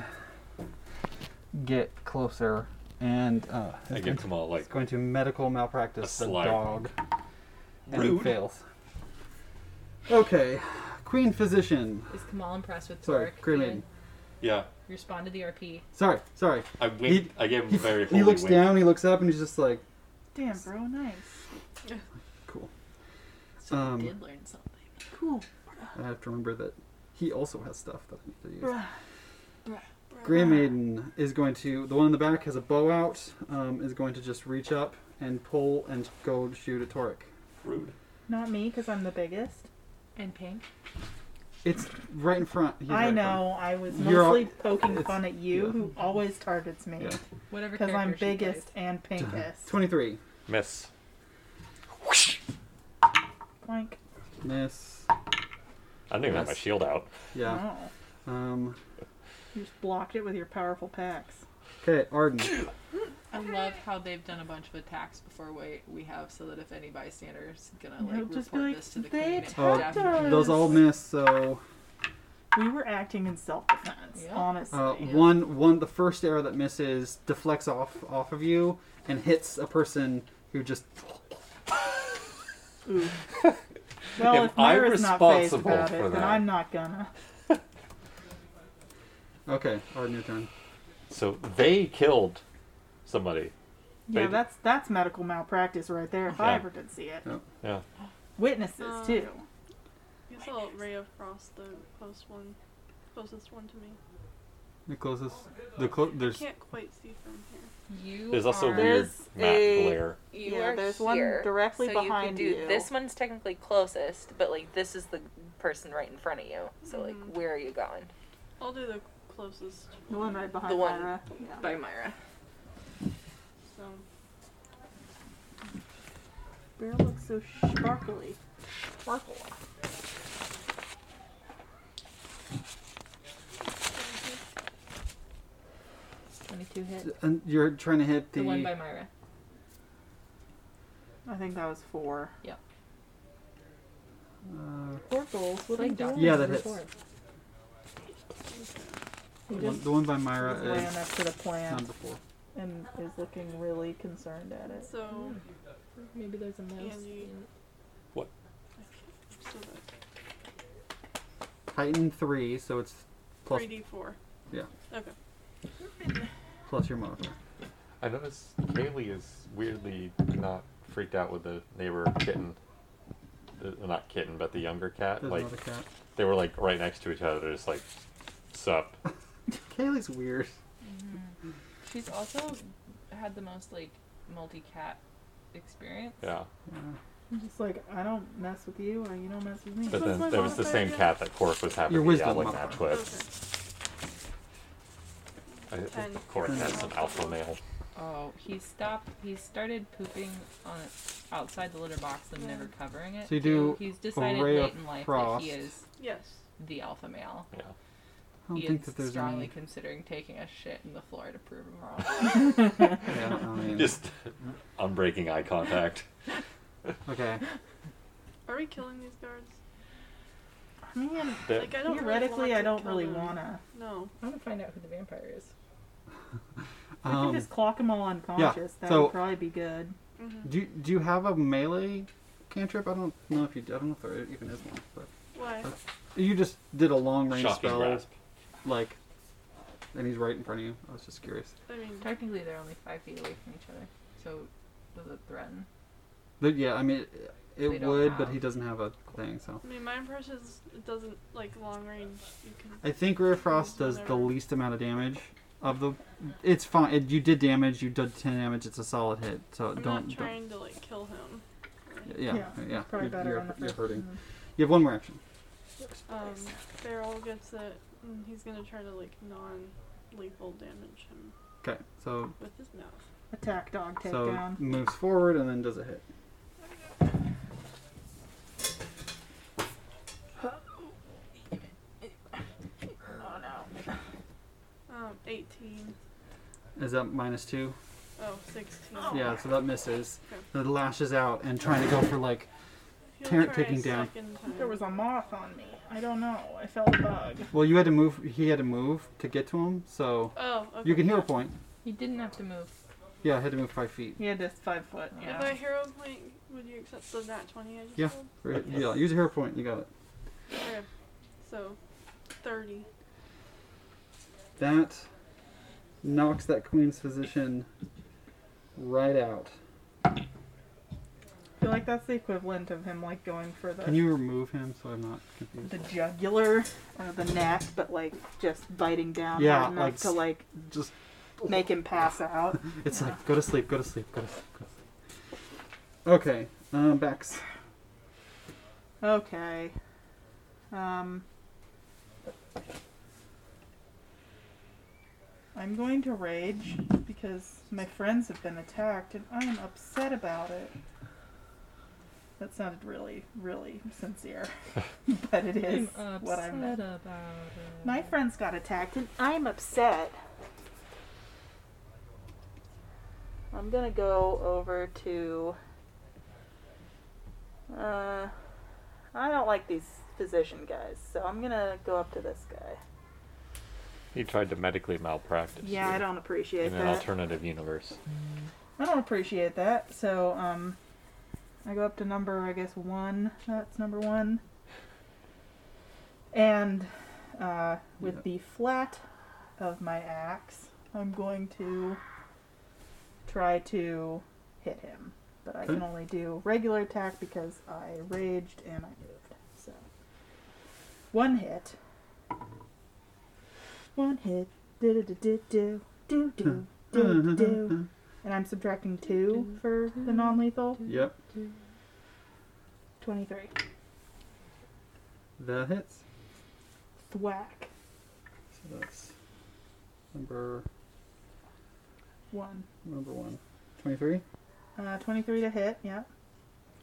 get closer, and uh,
I
it's,
give
going to,
Kamal like
it's going to medical malpractice
a
the
slide.
dog, and it
Rude.
fails. Okay, Queen Physician.
Is Kamal impressed with
Sorry,
Torek?
Grim Maiden.
yeah.
Respond to the RP.
Sorry, sorry.
I winked. I gave him
He,
a very holy
he looks
wink.
down, he looks up, and he's just like,
Damn, bro, nice.
cool.
So I
Um,
did learn something.
Cool.
I have to remember that he also has stuff that I need to use.
Bruh.
Grey Maiden is going to, the one in the back has a bow out, um, is going to just reach up and pull and go shoot at Toric.
Rude.
Not me, because I'm the biggest.
And pink.
It's right in front. he's right
I
in
know. I was
You're all-
mostly poking
it's-
fun at you,
yeah.
who always targets me.
Yeah.
Whatever
Because I'm
character she
biggest
plays.
and
front.
pinkest.
23.
Miss.
Like,
Miss.
I don't even have my
Miss.
shield out.
Yeah.
no.
Um,
oh, You just blocked it with your powerful packs.
okay, Arden.
I love how they've done a bunch of attacks before we we have, so that if any bystander's gonna like
They'll
report
just be like,
this to the
"They
queen, it
Oh,
attacked
happened."
us.
Those all miss, so
We were acting in self defense,
Yeah.
honestly.
uh, one one the first arrow that misses deflects off off of you and hits a person who just
Ooh. well,
Am
if
I
Myra's not phased
responsible
about
for
it, then
that?
I'm not gonna.
Okay, Arden, your turn.
So they killed somebody.
Yeah,
They-
that's that's medical malpractice right there. If I
Yeah.
ever did see it,
Yeah.
Yeah.
witnesses
Uh,
Um,
too.
guess I'll Ray of Frost, the close one, closest one to me.
The closest the clo-
I
there's
can't quite see from here.
You
There's also
are-
a weird
There's
map
a-
glare.
You
Yeah,
are
there's one
here,
directly
so
behind
you. Could do,
you.
This one's technically closest, but like this is the person right in front of you. So like,
Mm-hmm.
Mhm.
where are you going?
I'll do the closest.
The one right behind
the one
Myra. Yeah.
By Myra.
So
Barrel looks so sparkly.
Sparkle.
Twenty-two hit.
and you're trying to hit the,
The one by Myra.
I think that was four.
uh,
Four goals. What
Like
are you
Doctor
doing?
Yeah, that
Who
hits.
before.
He
one,
just
the one by
was
Myra
laying
is
next to the plant
number four.
and is looking really concerned at it.
so
Maybe there's a mouse.
Andy.
in-
so that
Titan three, so it's plus
three D four.
Yeah.
Okay.
plus your modifier.
I noticed Kaylee is weirdly not freaked out with the neighbor kitten. Uh, not kitten, but the younger cat.
There's
like
another cat.
they were like right next to each other, just like sup.
Kaylee's weird.
She's also had the most like multi-cat experience.
Yeah.
I'm just like, I don't mess with you, or you don't mess with me.
But then there was the same cat that Cork was having
Your
a
wisdom
yowling
modifier.
match
Okay.
with. I
Ten.
think Cork has an alpha male.
Oh, he stopped. He started pooping on outside the litter box and never covering it.
So you do
He's decided
Ray
late
of
in life that
Frost.
he is
Yes.
the alpha male.
Yeah.
I don't
he
think
is
that there's
strongly
any.
considering taking a shit in the floor to prove him wrong.
Yeah, I mean-
Just I'm breaking eye contact.
okay.
Are we killing these guards?
I mean,
They're-
Like I don't
theoretically,
really want
I don't
to
really
kill them.
wanna.
No.
I'm gonna find out who the vampire is.
I can
Um,
just clock them all unconscious. that
so-
would probably be good.
hmm
do do you have a melee cantrip? I don't know if you. I don't know if there even is one, but.
Why?
You just did a long range
Shocking
spell,
grasp.
like, and he's right in front of you. I was just curious.
I mean,
Technically, they're only five feet away from each other, so does it threaten?
But yeah, I mean,
They
it
don't
would, but
have-
he doesn't have a thing. So
I mean, my impression is it doesn't like long range. You can.
I think Rare Frost does the
Whatever.
least amount of damage of the. It's fine. It, you did damage. You did ten damage. It's a solid hit. So
I'm
don't.
not
don't
trying to like kill him.
yeah, yeah.
it's Probably
you're,
better
you're-
on the
you're
first
hurting.
one.
You have one more action.
Um, Feral gets it, and he's gonna try to like non-lethal damage him
Okay, so
with his mouth.
Attack dog
so
takedown.
moves forward and then does a hit.
Um, 18.
Is that minus two?
Oh, 16.
Yeah, so that misses.
Okay.
It lashes out and trying to go for like
He'll
Tarrant
try a
taking down.
second
I think there
time.
was a moth on me. I don't know. I felt a bug.
Well, you had to move. He had to move to get to him, so
Oh, okay.
you can hero point.
He didn't have to move.
Yeah, I had to move five feet.
Yeah, just five foot.
If
Yeah.
I hero point, would you accept the nat 20 I just
Yeah.
rolled?
Right? Yeah, use a hero point. You got it.
Okay. So, 30.
That knocks that queen's physician right out.
I feel like that's the equivalent of him like going for the
Can you remove him so I'm not confused?
the jugular or the neck, but like just biting down
Yeah,
hard enough
like
to like
Just
make him pass out.
it's like go to sleep, go to sleep, go to sleep, go to sleep. Okay, um, Bex.
Okay. Um. I'm going to rage because my friends have been attacked and I am upset about it. That sounded really, really sincere, but it is what I meant.
about it.
My friends got attacked and I'm upset. I'm gonna go over to. Uh, I don't like these physician guys, so I'm gonna go up to this guy.
He tried to medically malpractice.
Yeah,
you
I don't appreciate
In an
that.
alternative universe.
I don't appreciate that. So, um, I go up to number, I guess, one. That's number one. And, uh, with
Yeah.
the flat of my axe, I'm going to try to hit him. But I can
Okay.
only do regular attack because I raged and I moved. So, one hit. One hit. Do do do do do do do do. And I'm subtracting two for the non lethal.
Yep,
23.
that hits.
Thwack.
So that's number
One.
number one. 23?
Uh, 23 to hit, yeah.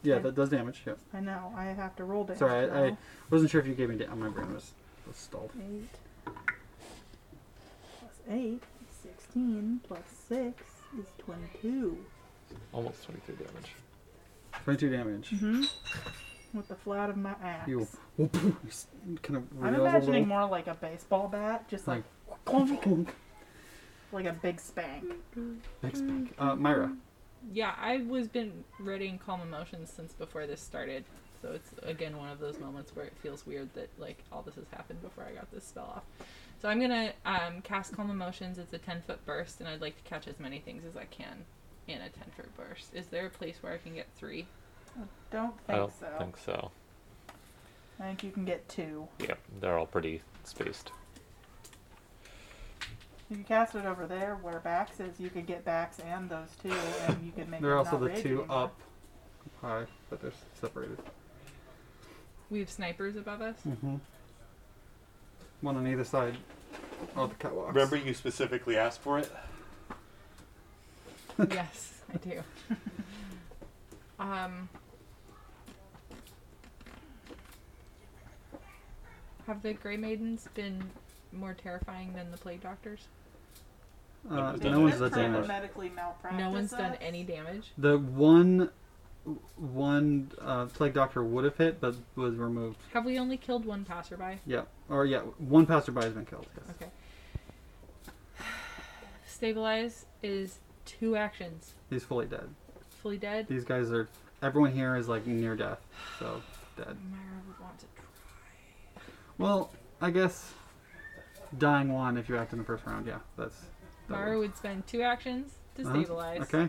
Yeah,
Okay.
that does damage. Yep.
I know. I have to roll damage.
Sorry, I, I
now.
wasn't sure if you gave me damage. My brain was, was stalled.
Eight. Plus eight. 16 plus 6 is 22.
Almost 23 damage.
22 damage.
hmm With the flat of my axe.
You, whoop, you s- kind of
I'm
reels
imagining
over,
more like a baseball bat, just like,
like
clunk,
clunk,
like a big spank.
back, spank. Uh, Myra.
Yeah, I was been writing calm emotions since before this started. So it's again one of those moments where it feels weird that like all this has happened before I got this spell off. So I'm gonna um, cast calm emotions. It's a ten foot burst, and I'd like to catch as many things as I can in a ten foot burst. Is there a place where I can get three?
Don't think
I don't
so.
think so.
I think you can get two.
Yep, they're all pretty spaced.
You can cast it over there where Bax is. You could get Bax and those two, and you could make.
There are
them
also
not
the
rage
two
anymore.
up high, but they're separated.
We have snipers above us.
Mm-hmm. One on either side of the catwalks.
Remember, you specifically asked for it.
yes, I do. um, have the Grey Maidens been more terrifying than the Plague Doctors?
Uh,
Nobody's
no
done
one's done
that.
They're trying to
damage.
medically malpractice
no one's done
us.
any damage.
The one, one uh, plague doctor would have hit, but was removed.
Have we only killed one passerby?
Yeah, or yeah, one passerby has been killed. Yes.
Okay. Stabilize is two actions.
He's fully dead.
Fully dead.
These guys are. Everyone here is like near death, so dead.
Myra would want to.
Well, I guess dying one if you act in the first round. Yeah, that's. that
Myra
works.
would spend two actions to
Uh-huh.
stabilize.
Okay.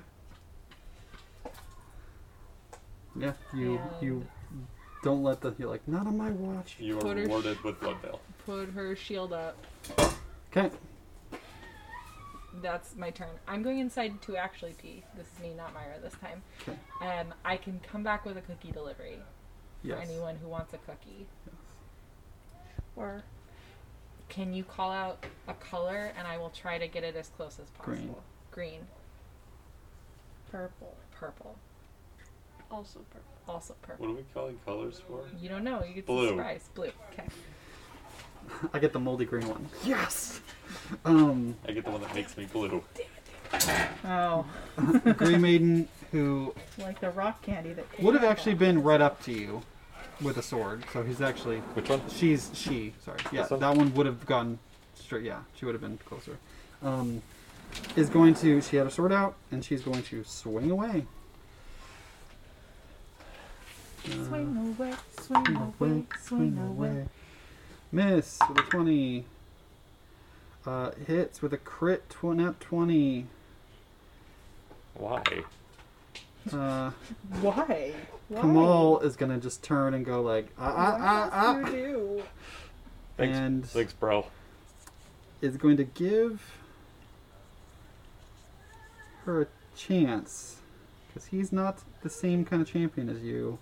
Yeah, you you don't let the you're like not on my watch.
You were
Quarter sh-
rewarded with blood veil.
Put her shield up.
Okay.
That's my turn. I'm going inside to actually pee. This is me, not Myra this time.
Okay.
Um, I can come back with a cookie delivery
Yes.
for anyone who wants a cookie.
Or
Can you call out a color and I will try to get it as close as
Green.
possible? Green,
purple.
purple,
Also purple.
also purple.
What are we calling colors for?
You don't know. You get
Blue.
the surprise. Blue. Okay.
I get the moldy green one. Yes. Um,
I get the one that makes me blue.
Oh,
Mm. Green Maiden who
like the rock candy that.
would have actually been right up to you with a sword. So he's actually
Which one?
she's she. Sorry. Yeah,
This one?
that one would have gone straight. Yeah, she would have been closer. Um, is going to she had her sword out and she's going to swing away. Mm.
Swing away, swing away, swing away.
Miss with a 20. Uh, hits with a crit tw- nat 20.
Why?
Uh,
Why? Why?
Kamal is going to just turn and go like, ah, ah, ah, ah.
You
Thanks,
And
thanks, bro.
is going to give her a chance. Because he's not the same kind of champion as you.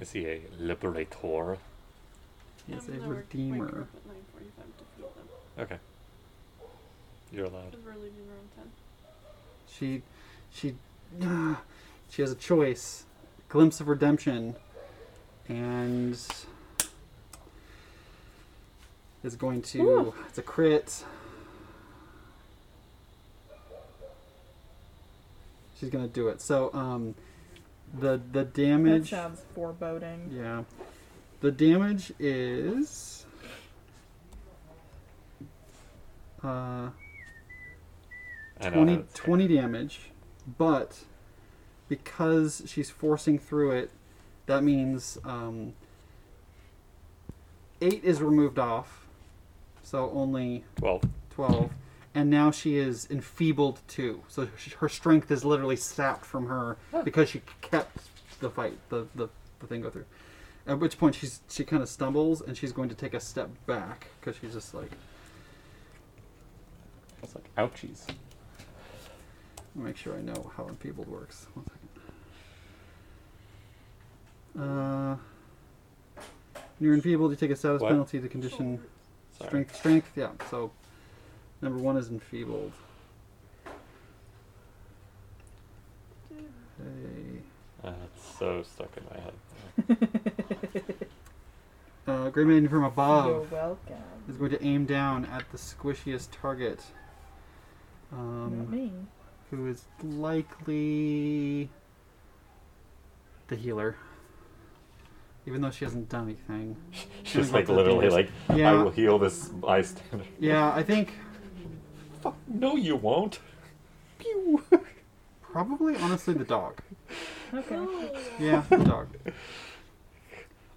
Is he a liberator?
He's
I'm
a
gonna wake- Wake her
redeemer.
up at 9:45 to feed them.
Okay. You're allowed.
Because we're leaving around 10.
She, she, she has a choice, glimpse of redemption, and is going to. It's a crit. She's gonna do it. So, um, the the
That
damage.
um,
sounds foreboding.
Yeah. The damage is. Uh.
I know
20,
that's-
20 damage, but because she's forcing through it, that means um, 8 is removed off, so only
Twelve.
12. And now she is enfeebled too, so sh- her strength is literally sapped from her because she kept the fight, the, the, the thing go through. At which point she's she kind of stumbles and she's going to take a step back because she's just like
It's like ouchies.
Make sure I know how enfeebled works. One second. Uh, when you're enfeebled, you take a status
What?
penalty to condition
Sorry.
strength. Strength, yeah. So number one is enfeebled. Hey.
Uh, it's so stuck in my head.
Uh, Great Maiden from above
You're welcome.
is going to aim down at the squishiest target,
Not
um,
me.
who is likely the healer, even though she hasn't done anything.
She's
Like
like
the
literally
fingers.
like,
Yeah.
I will heal this bystander.
Yeah, I think
Fuck, no, you won't. Pew.
Probably, honestly, the dog.
Okay.
Oh,
Yeah, the dog.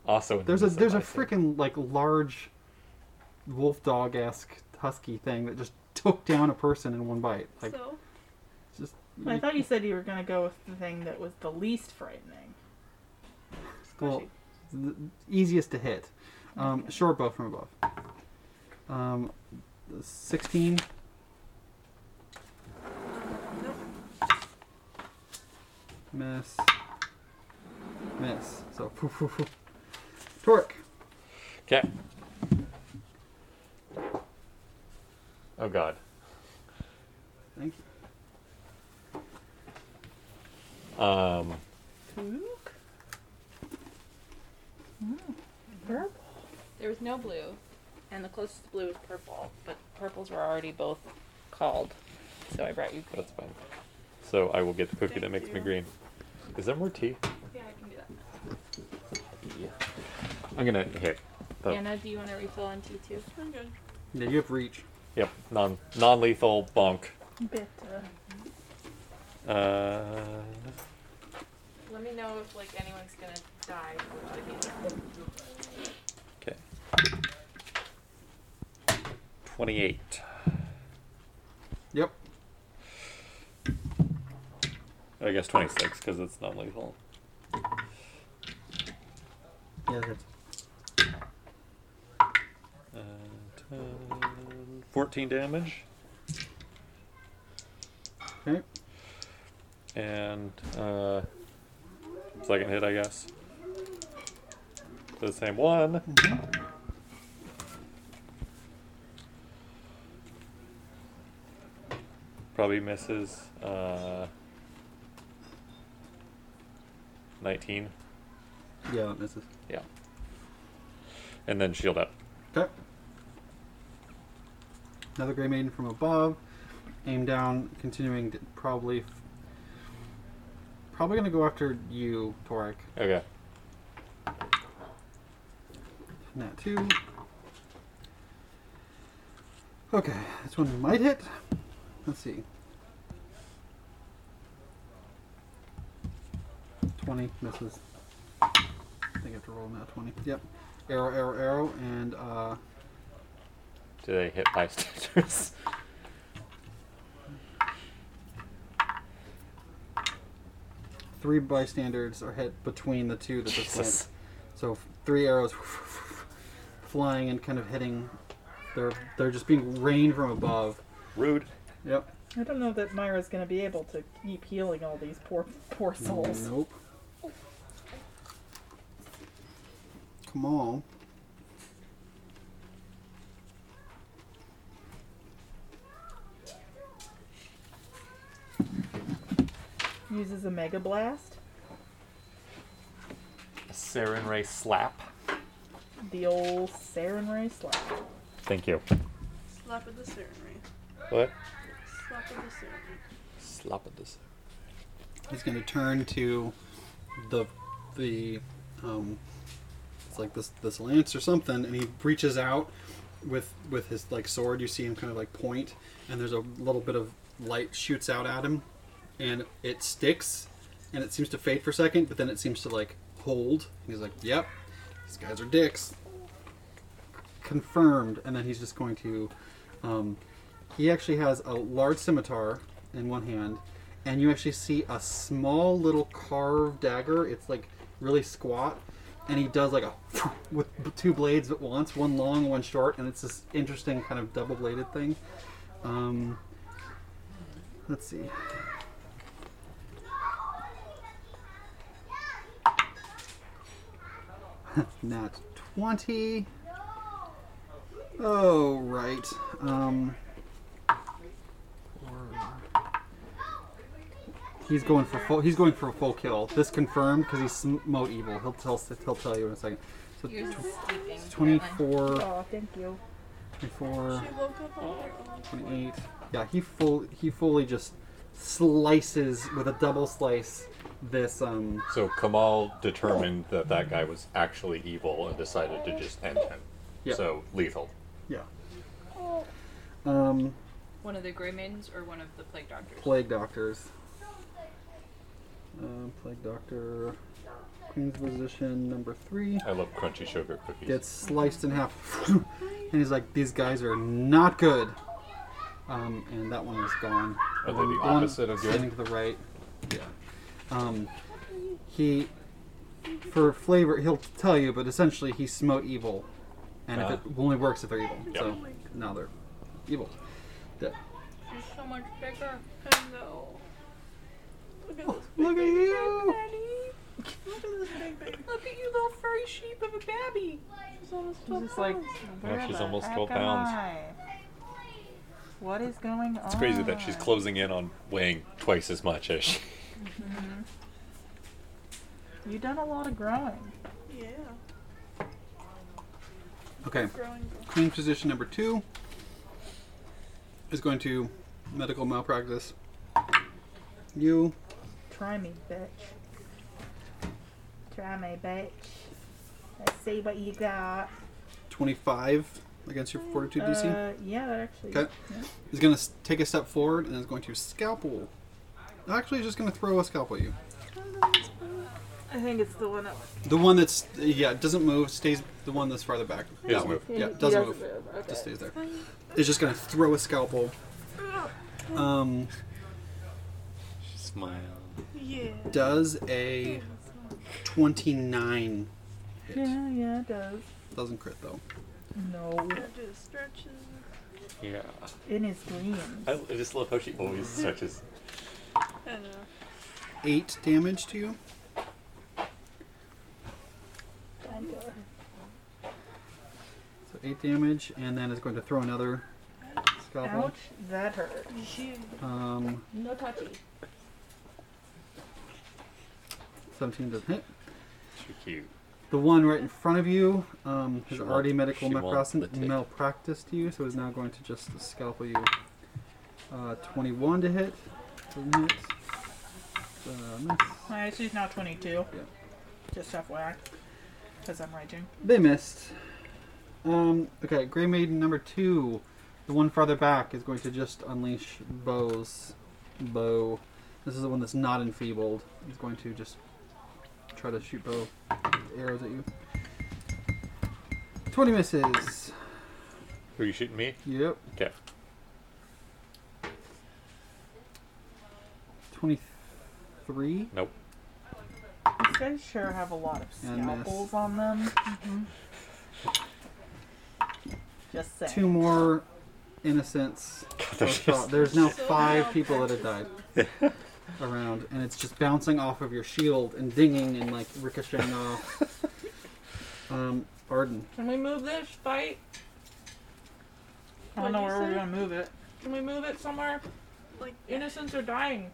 Also,
There's a
innocent
there's a
bystander.
freaking like large wolf dog esque husky thing that just took down a person in one bite. Like
so,
it's just
I thought you said you were gonna go with the thing that was the least frightening.
well, the easiest to hit. Um, short bow from above. Um, sixteen.
um, nope.
Miss. Miss. So, poof, poof, poof. Torque.
Okay. Oh god.
Thank
Um,
There was no blue, and the closest to blue was purple, but purples were already both called, so I brought you green.
that's fine. So I will get the cookie that
Thank
makes me
you.
green. Is there more tea?
Yeah, I can do that.
Yeah. I'm gonna hit. The,
Anna, do you want to refill on tea too?
I'm good.
you. Yeah, you have reach.
Yep. Non non lethal bonk.
Bit. Uh,
Uh,
Let me know if like anyone's gonna die.
okay. Twenty-eight.
Yep.
I guess twenty-six because it's non lethal.
Yeah, that's
Uh, 10, 14 damage.
Okay.
And uh, second hit, I guess. The same one.
Mm-hmm.
Probably misses. Uh, 19.
Yeah, that misses.
Yeah. And then shield up.
Okay. Another Grey Maiden from above. Aim down, continuing to probably. Probably gonna go after you, Torek.
Okay.
Nat 2. Okay, this one might hit. Let's see. 20 misses. I think I have to roll now 20. Yep. Arrow, arrow, arrow, and uh,
Do they hit bystanders?
Three bystanders are hit between the two that just went. So f- three arrows flying and kind of hitting. They're they're just being rained from above.
Rude.
Yep.
I don't know that Myra's going to be able to keep healing all these poor poor souls.
Nope. Come on.
Uses a mega blast,
Saren Ray slap.
the old Saren Ray slap.
Thank you.
Slap of the ceremony.
What?
Slap of the ceremony.
Slap at this.
He's going to turn to the the um, it's like this this lance or something, and he reaches out with with his like sword. You see him kind of like point, and there's a little bit of light shoots out at him, and it sticks, and it seems to fade for a second, but then it seems to like hold. He's like, "Yep, these guys are dicks." Confirmed, and then he's just going to. Um, he actually has a large scimitar in one hand, and you actually see a small little carved dagger. It's like really squat, and he does like a with two blades at once, one long, one short, and it's this interesting kind of double-bladed thing. Um, let's see. Nat twenty. Oh right. Um, He's going for full. He's going for a full kill. This confirmed because he smote evil. He'll tell. He'll tell you in a second. So
Yours is sleeping.
24,
Oh, thank you.
24,
She woke up on her own.
28. Yeah, he full. He fully just slices with a double slice. This um.
So Kamal determined that that guy was actually evil and decided to just end him.
Yeah.
So lethal.
Yeah. Um,
One of the Grey Maidens or one of the Plague Doctors?
plague doctors. Um, plague doctor. Queen's position number three.
I love crunchy sugar cookies.
gets sliced in half, and he's like, "These guys are not good." Um, and that one is gone.
Are they
One-
the
one
opposite of good?
Standing to the right. Yeah. Um, he, for flavor, he'll tell you, but essentially he smote evil, and
Ah.
if it only works if they're evil.
Yeah.
So now they're evil. Dead.
She's so much bigger.
I know. Look at this big
Look at
baby.
you!
Look at this big baby.
Look at you, little furry sheep of a babby.
She's almost
She's
12
just like,
pounds.
where
she's
the
almost
heck
12
am
pounds.
I? What is going on?
It's crazy that she's closing in on weighing twice as much as she.
You've done a lot of growing.
Yeah.
Okay.
Growing girl.
Queen position number two is going to medical malpractice. You
Try me, bitch. Try me, bitch. Let's see what you got.
25 against your fortitude DC.
Uh, yeah, that actually.
Okay. He's going to take a step forward and is going to scalpel. Actually, he's just going to throw a scalpel at you.
I think it's the one up.
The one that's, yeah, doesn't move, stays the one that's farther back.
He doesn't
That one.
move.
Yeah, doesn't, move. Just stays there. It's just going to throw a scalpel. Um,
Smile.
Yeah.
does a 29 hit.
Yeah, yeah, it does.
Doesn't crit, though.
No,
I do the stretches.
Yeah.
in his dreams.
I, I just love how she always stretches.
I know.
8 damage to you. So 8 damage, and then is going to throw another scalpel.
Ouch, that hurt.
Yeah.
Um,
No touchy.
17 doesn't hit.
Too cute.
The one right in front of you um, has
She wants-
already medical
she wants
malpractice,
the tick.
malpracticed you, so is now going to just scalpel you. Uh, 21 to hit. Doesn't hit. Uh, miss.
My she's now 22.
Yeah.
Just FYI. Because I'm raging.
They missed. Um, okay, Grey Maiden number two, the one farther back, is going to just unleash bows. Bow. This is the one that's not enfeebled. It's going to just try to shoot bow arrows at you. 20 misses.
Who are you shooting me?
Yep.
Okay.
23.
Nope.
These guys sure have a lot of
And miss.
scalpels on them. Just saying.
Two more innocents.
God,
were
that's
shot.
just,
There's now
So
five
now
people that have died
practice
around, and it's just bouncing off of your shield and dinging and like ricocheting off. Um, Arden.
Can we move this fight?
I don't know
What'd you
where we're
say?
gonna move it.
Can we move it somewhere?
now. Like,
Innocents are dying.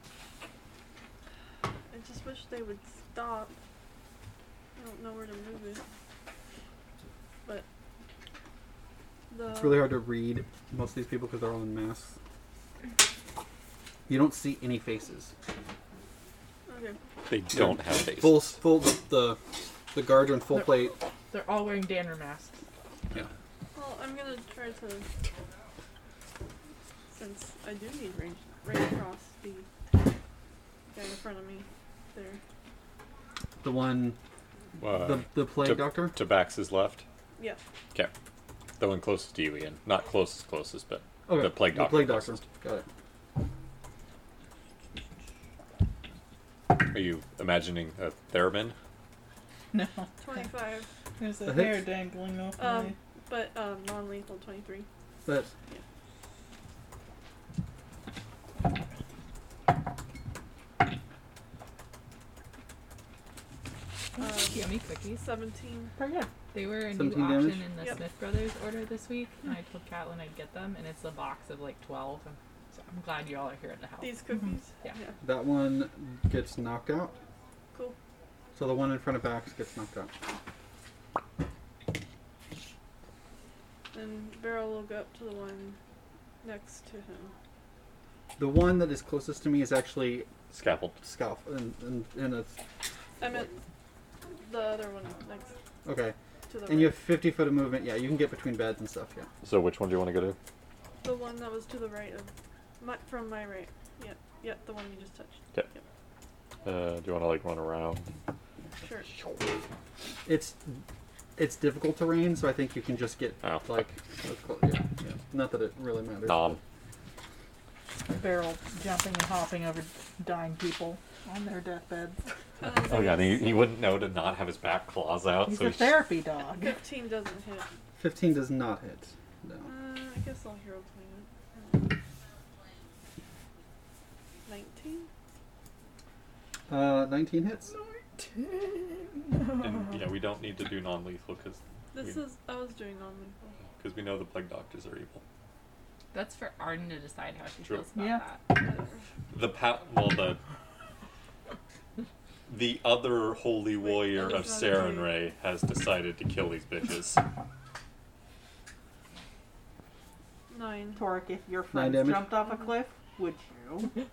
I just wish they would stop. I don't know where to move it. But the
It's really hard to read most of these people because they're all in masks. You don't see any faces.
okay.
they don't have faces.
Full, full, the, the guards are in full plate.
They're all wearing dander masks.
Well, I'm gonna try to since I do need range range across the guy in front of me there.
The one,
Uh,
the, the plague
to-
doctor.
Tabax's left.
Yeah.
Okay. The one closest to you, Ian. Not closest, closest, but
Okay.
the plague doctor.
The plague doctor. Got it.
are you imagining a theremin?
No,
Twenty five.
there's a
The
hair
hits?
dangling off
Um but um non lethal twenty three.
But
Um
Yummy cookies.
seventeen.
my. Pretty good.
They were a new
17
option
damage?
in the
Yep.
Smith Brothers order this week, and I told Catelyn I'd get them, and it's a box of like 12. and So I'm glad you all are here at the house.
These cookies.
Yeah.
that one gets knocked out.
Cool.
So the one in front of Bax gets knocked out.
Then Beryl will go up to the one next to him.
The one that is closest to me is actually
Scaffold.
scalp, and and, and it's
I meant the other one next
okay.
to the
And you
right.
have 50 foot of movement. Yeah, you can get between beds and stuff. Yeah.
So which one do you want to go to?
The one that was to the right of my, from my right. Yep, yep, the one you just touched.
Uh, do you want to like run around?
Sure.
It's it's difficult terrain, so I think you can just get
Oh,
like as clo- yeah, yeah. Not that it really matters.
Nom.
Barrel jumping and hopping over dying people on their deathbeds.
Uh,
Oh god, he, he wouldn't know to not have his back claws out.
He's
so
a
he's-
therapy dog.
15 doesn't hit.
but 15 does not hit. No.
Uh, I guess I'll hero point it. Uh, 19?
Uh, 19 hits.
And yeah, we don't need to do non-lethal because
This
We-
is. I was doing non lethal.
we know the plague doctors are evil.
That's for Arden to decide how she
True.
feels about
Yeah.
that.
The pa- well the the other holy
Wait,
warrior
that
of
was not a-
Sarenrae has decided to kill these bitches.
9.
Torque, if your
Nine
friend
damage.
jumped off a cliff, would you?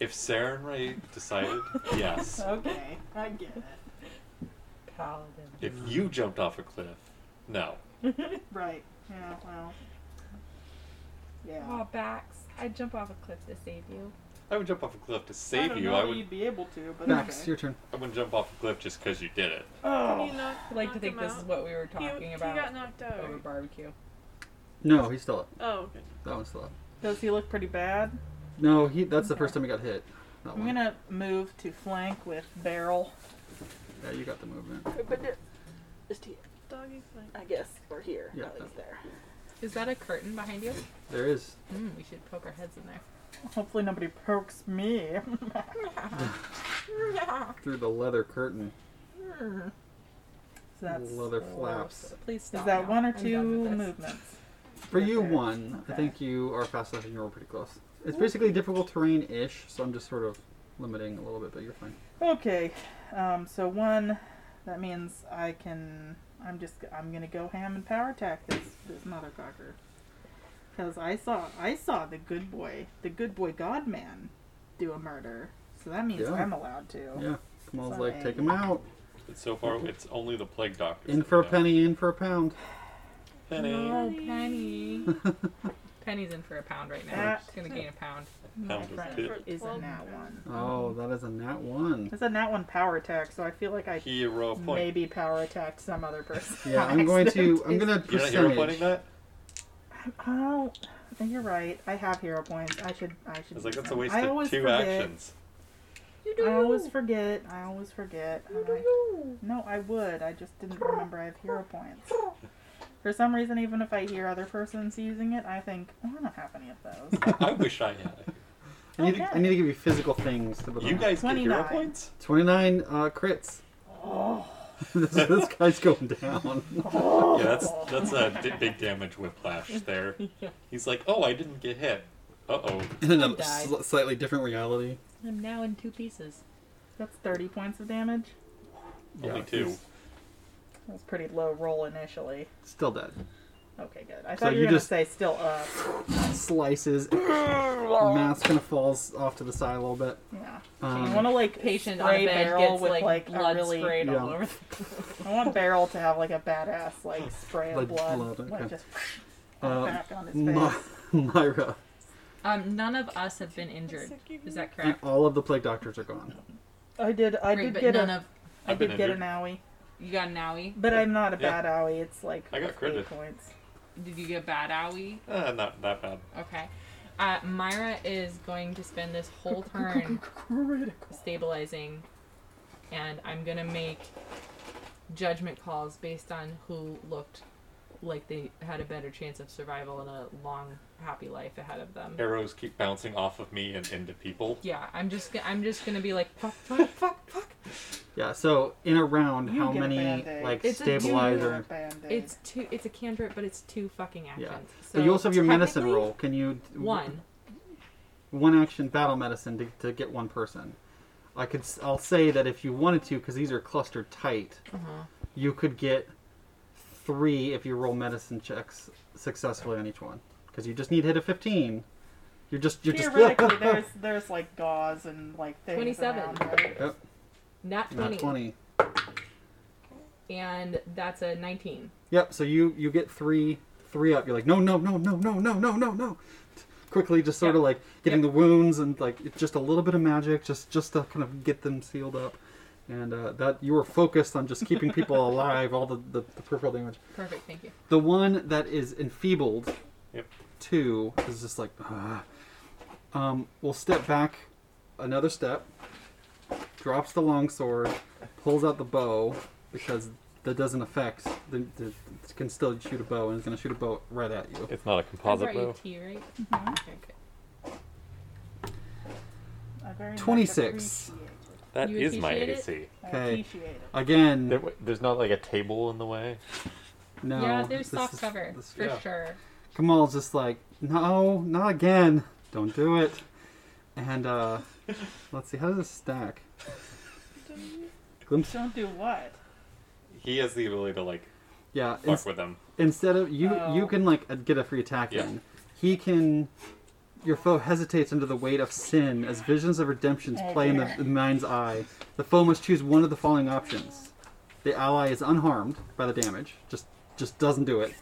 If Sarenrae decided, yes.
Okay, I get it.
Paladin.
If you jumped off a cliff, no.
Right. Yeah, well. Yeah.
Oh, Bax, I'd jump off a cliff to save you.
I would jump off a cliff to
I
save
don't
you.
know
I
that
would.
you'd be able to, but
Max,
okay.
your turn.
I wouldn't jump off a cliff just because you did it.
Oh,
You knock,
I like to
knock
think
him
this
out?
is what we were
He-
talking
he,
about
got knocked out.
over barbecue.
No, he's still up.
Oh, okay.
That one's still up.
does he look pretty bad?
No, he. That's the first time he got hit. That
I'm
one.
gonna move to flank with barrel.
Yeah, you got the movement.
Just here,
Doggy flank.
I guess, or here.
Yeah, Now he's
Oh, there.
Is that a curtain behind you?
There is.
Mm, we should poke our heads in there.
Hopefully nobody pokes me.
Through the leather curtain.
So that's
leather
four.
flaps.
Please stop.
Is that
now.
one or
I'm done
two
with this.
movements?
For
Right
you,
there.
one. I
Okay.
think you are fast enough and you're pretty close. It's basically difficult terrain ish, so I'm just sort of limiting a little bit, but you're fine.
Okay, um, so one, that means I can. I'm just. I'm gonna go ham and power attack this this motherfucker. Cause I saw I saw the good boy, the good boy God man, do a murder. So that means
Yeah.
I'm allowed to.
Yeah. Kamal's like,
Fine.
take him out.
But so far, it's only the plague doctors.
In
that
for a
know.
penny, in for a pound.
Penny.
Oh, Penny. Penny's in for a pound right now.
That-
She's gonna gain a pound.
My
Pound was
friend
good.
is a
12
nat
pounds.
one.
Oh, that is a nat one.
It's a nat one power attack, so I feel like I
Hero point.
maybe power attacked some other person.
Yeah,
by
I'm going to.
accident.
I'm gonna
You're not hero
percentage.
pointing that?
Oh, you're right. I have hero points. I should. I should.
I was like,
use
that's a
them.
waste
I
of
always
two
forget.
actions.
You
I always forget. I always forget. and I-
you.
no, I would. I just didn't remember I have hero points. For some reason, even if I hear other persons using it, I think, oh, I don't have any of those.
I wish I had.
I need, to, I
Okay.
need to give you physical things to put
You
on.
guys get hero
29.
points?
29 uh, crits.
Oh.
this, this guy's going down.
Yeah, that's that's a d- big damage whiplash there. He's like, oh, I didn't get hit. Uh oh.
In a
died.
sl- slightly different reality.
I'm now in two pieces.
That's 30 points of damage.
Only
Yeah,
two.
he's
That was a pretty low roll initially.
Still dead.
Okay, good. I
So
thought you
you
were going to
just-
say still up.
Slices. Mask kind of falls off to the side a little bit.
Yeah. I want
Um,
to like
Patient on
spray
a bed
barrel
gets
with
like,
like, a
blood
really.
sprayed
Yeah.
all over.
I want barrel to have like a badass like spray of
Like
blood,
blood,
like
okay.
just
uh,
back on his face.
My- Myra,
Um, none of us have been injured. Is that
you-
correct?
all of the plague doctors are gone.
I did. I
Great,
did
but
get
none
a.
of
I
I've been
did get an
injured.
owie,
you got an owie.
but I'm not a
Yeah.
bad owie. It's like
I got
eight
critted.
points.
Did you get a bad owie?
Uh, not that bad.
Okay. Uh, Myra is going to spend this whole turn stabilizing, and I'm gonna make judgment calls based on who looked like they had a better chance of survival and a long, happy life ahead of them.
Arrows keep bouncing off of me and into people.
Yeah, I'm just go- I'm just gonna be like fuck, fuck, fuck, fuck.
Yeah, so in a round,
You
how
get a
many
Band-Aid.
like
It's a dude.
stabilizer?
It's two. It's a cantrip, but it's two fucking actions.
Yeah.
So
But you also have your medicine
technically,
roll. Can you d-
One.
one action battle medicine to, to get one person. I could s- I'll say that if you wanted to, because these are clustered tight,
Uh-huh.
you could get three if you roll medicine checks successfully on each one. Because you just need to hit a fifteen. You're just you're just
Theoretically, there's there's like gauze and like things
27.
around, right?
Yep,
Not
not
20.
twenty.
And that's a 19.
Yep. So you you get three three up. You're like no no no no no no no no no. Quickly, just sort of
Yep.
like getting
Yep.
the wounds and like it's just a little bit of magic, just just to kind of get them sealed up. And uh, that you were focused on just keeping people alive. All the the, the peripheral damage.
Perfect, thank you.
The one that is enfeebled,
Yep.
two is just like, ah. um, we'll step back another step, drops the longsword, pulls out the bow because that doesn't affect. The, the, it can still shoot a bow and it's gonna shoot a bow right at you.
It's not a
I
composite
brought you
bow.
tea, E right?
Mm-hmm.
Okay, good.
I very much
26.
appreciate it.
That
You
is my
appreciate it?
AC.
I
Okay.
appreciate it.
Again,
There, w- there's not like a table in the way.
no.
yeah, there's
this
soft
is-
cover,
this-
for
yeah.
sure.
Kamal's just like, no, not again. Don't do it. And uh, let's see, how does this stack? Glimpse.
Don't do what?
He has the ability to like
Yeah,
fuck
it's-
with them.
instead of you you
Oh.
can like uh, get a free attack
Yeah.
in he can your foe hesitates under the weight of sin as visions of redemptions
Oh,
play in the,
dear.
the mind's eye the foe must choose one of the following options the ally is unharmed by the damage just just doesn't do it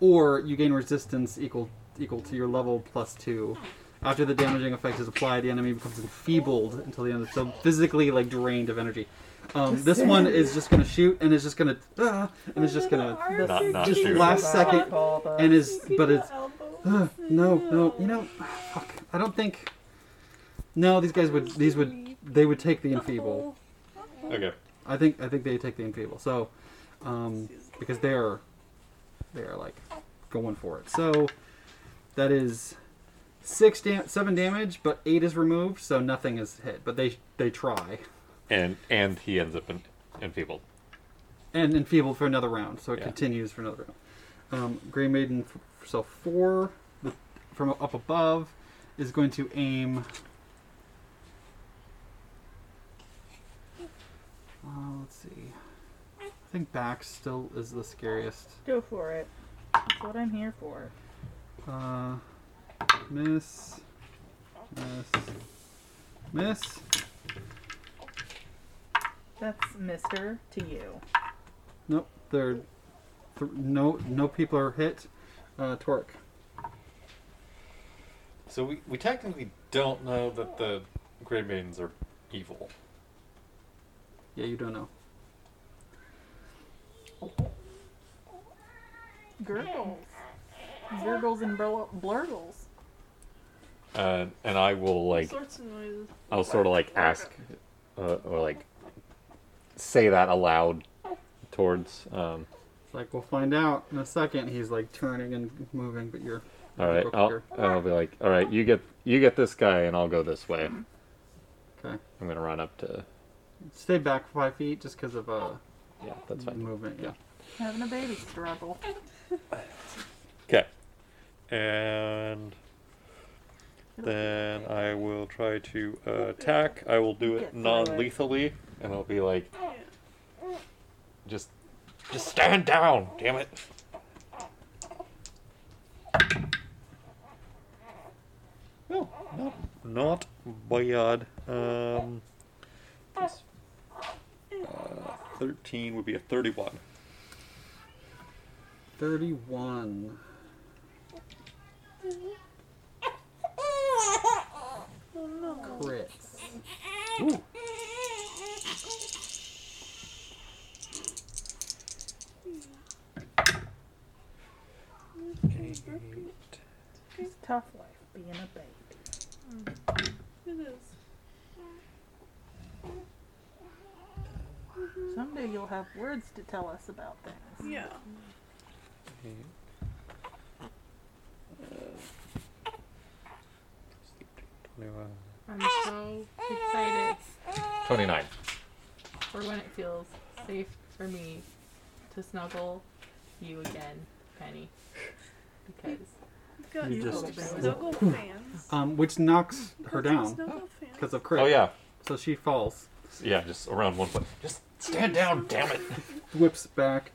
or you gain resistance equal equal to your level plus two after the damaging effect is applied the enemy becomes enfeebled until the end of so physically like drained of energy um, this one is just gonna shoot and is just gonna ah, and is just gonna
Not not
just
shoot.
last second
Call the-
and is but it's "Ugh, no no you know fuck I don't think no these guys would these would they would take the enfeeble
Okay.
I think I think they take the enfeeble so um, because they are they are like going for it so that is six dam- seven damage but eight is removed so nothing is hit but they they try
And and he ends up in, enfeebled.
and enfeebled for another round so it
Yeah.
continues for another round. Um, Grey Maiden, f- so four with- from up above is going to aim. Uh, let's see. I think back still is the scariest.
Go for it. That's what I'm here for.
Uh, miss, miss, miss.
That's Mister to you.
Nope, they're th- no no people are hit. Uh, Torque.
So we, we technically don't know that the Grey Maidens are evil.
Yeah, you don't know.
Girls.
Gurgles and blur- blurgles.
Uh, and I will
All
like
sorts of noises.
I'll sort of like ask uh, or like say that aloud towards. Um,
It's like we'll find out in a second. He's like turning and moving, but you're
all right,
Go
I'll,
quicker.
I'll be like, all right, you get you get this guy, and I'll go this way.
okay.
I'm gonna run up to.
Stay back five feet just because of uh
Yeah, that's fine.
movement. Yeah.
Having a baby struggle.
Okay. And then I will try to uh, attack. I will do
Get
it
through it.
non-lethally, and I'll be like,
Yeah.
Just just stand down, damn it.
"Oh, not, not bad." Um, this, uh, thirteen would be a thirty-one.
Thirty-one.
Oh no.
Crits.
Ooh. Eight.
It's a tough life being a baby.
It is.
Someday you'll have words to tell us about things.
Yeah.
Twenty-one.
I'm so excited
Twenty nine.
for when it feels safe for me to snuggle you again, Penny. Because
We've got
You
snuggle
just-
snuggle fans.
Um, which knocks her down
Snuggle fans.
because of crit.
Oh yeah,
So she falls,
yeah, just around one foot. Just stand down, damn it.
whips back,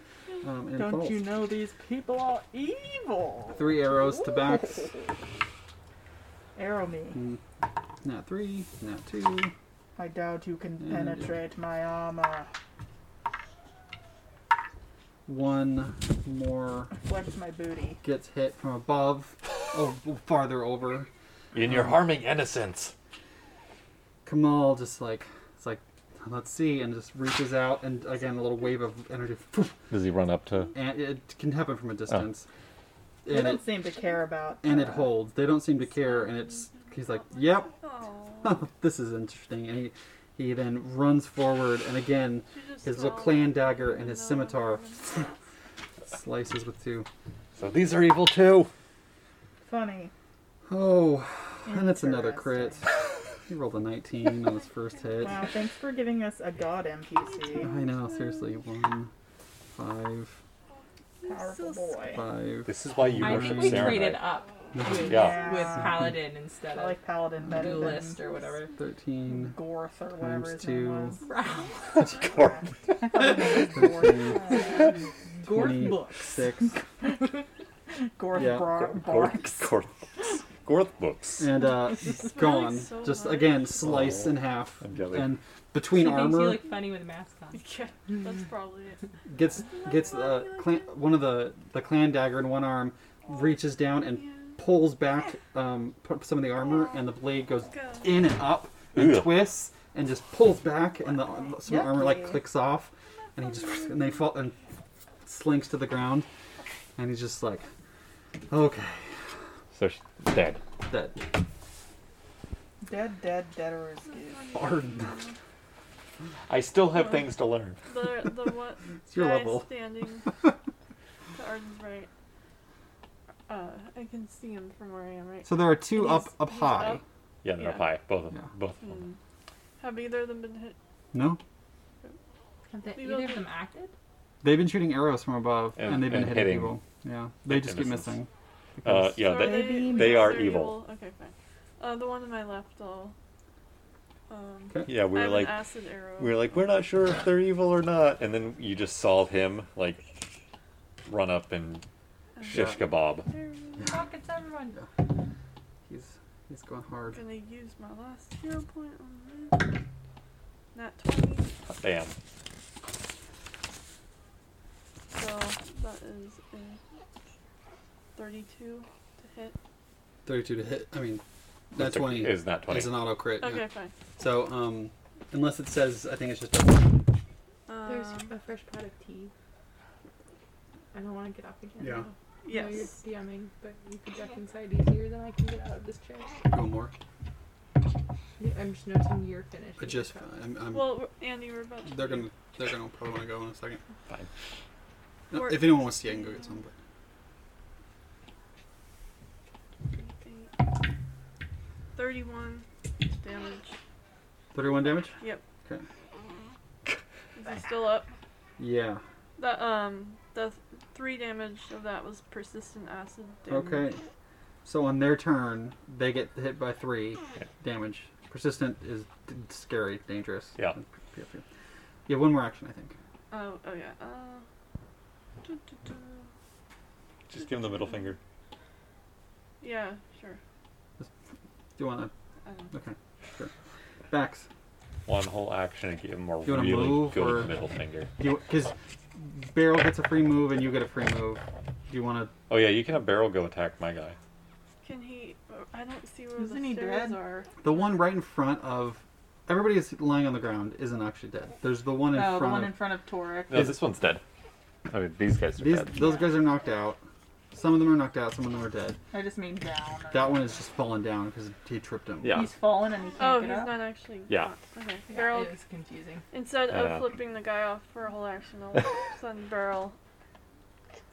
um, and
Don't
falls.
you know these people are evil?
Three arrows to backs.
Arrow me.
Not three. Not two.
I doubt you can
Mm.
penetrate my armor.
One more
Flex my booty.
gets hit from above, or farther over.
And you're harming innocence.
Kamal just like it's like let's see, and just reaches out, and again a little wave of energy,
Does he run up to?
and it can happen from a distance,
they
and it
don't seem to care about.
and it holds. They don't seem to care, and it's he's like, yep,
Oh.
oh, this is interesting, and he he then runs forward, and again his little clan dagger and his scimitar slices with two.
So these are evil too.
Funny.
Oh, and that's another crit.
Interesting.
He rolled a 19 on his first hit.
Wow, thanks for giving us a god NPC.
I know, seriously, one, five,
Powerful boy.
five.
This is why you
I
worship
think we traded
Saturn.
up with,
Yeah.
with Paladin instead
I
of
like Paladin better than
Duelist or whatever.
13,
Gorth or whatever
Times
his
two.
name was. Gorth books.
26,
Gorth
Yeah.
bra- barks.
Gorth, Gorth books.
and uh, gone.
so
Just
much.
again, slice
Oh,
in half.
I'm jelly.
And between
She thinks you
armor,
look funny with a mask on.
Yeah, that's probably it.
gets gets uh, clan, one of the the clan dagger in one arm, reaches down and pulls back um, pu- some of the armor, and the blade goes
Go.
in and up and
Ugh.
twists and just pulls back, and the some armor like
Yucky.
clicks off, and he just and they fall and slinks to the ground, and he's just like, okay,
So she's dead.
that
Dead, dead, dead or is good.
hard.
I still have things to learn.
The the what
It's your
guy
level.
standing to Arden's right. Uh, I can see him from where I am, right?
So there are two up
He's-
up
he's
high.
up.
Yeah, they're
Yeah.
up high. Both of them.
Yeah.
Both of them.
Hmm. Have either of them been hit?
No,
Have they,
We
either
don't
of them acted?
they've been shooting arrows from above, and,
And-
they've been
and
hitting,
hitting.
people. Yeah, they just keep
Innocence.
missing.
Uh,
because-
yeah,
So
they,
they being-
they are
they're
evil.
Okay, fine. Uh, the one to my left, I'll. Um,
Okay.
Yeah, we were
I have
like,
an acid arrow.
we were like, we're not sure if they're evil or not, and then you just saw him like run up and shish kebab.
I'm
Rockets, everyone.
He's he's going hard.
gonna use my last hero point on that. Not 20,
Damn.
so that is a 32 to hit.
Thirty-two to hit. I mean, that
That's a-
twenty
Is not
is
twenty.
an auto crit. yeah.
Okay, fine.
So um, unless it says, I think it's just a
Um,
There's a fresh pot of tea. I don't want to get up again.
Yeah.
though. No, you're
Yes.
DMing, but you can duck inside easier than I can get out of this chair.
No more.
I'm just noticing you're finished.
I just.
Oh,
I'm. I'm
Well, Andy, we're about to.
they're gonna. They're gonna probably want to go in a second.
Fine.
No,
Or-
if anyone wants to, I can go get some. But
Thirty-one damage.
thirty-one damage.
Yep.
Okay.
Is he still up?
Yeah.
The um the th- three damage of that was persistent acid damage.
Okay. So on their turn, they get hit by three damage. Persistent is d- scary, dangerous.
Yeah.
Yeah, one more action, I think.
Oh oh yeah. Uh. doo, doo, doo.
Just give him the middle finger.
Yeah sure.
Do you want
I don't
to? Okay, sure. Backs.
One whole action and give him a
You wanna
really
move,
good
or-
middle finger.
Do because Barrel gets a free move and you get a free move. Do you want
Oh yeah, you can have barrel go attack my guy.
Can he? oh, I don't see where
Isn't
the
he
stairs
dead?
are.
to? The one right in front of everybody is lying on the ground isn't actually dead. There's the one in
Oh, the
front
one
of
in front of Torek.
No, this one's dead. I mean, these guys are
these.
dead.
Those guys are knocked out. Some of them are knocked out. Some of them are dead.
I just mean down.
That one is just fallen down because he tripped him.
Yeah.
He's fallen and he can't
Oh,
get
he's
up.
not actually.
Yeah.
caught. Okay.
Yeah,
Barrel.
it is confusing.
Instead
Uh.
of flipping the guy off for a whole action, I'll send barrel.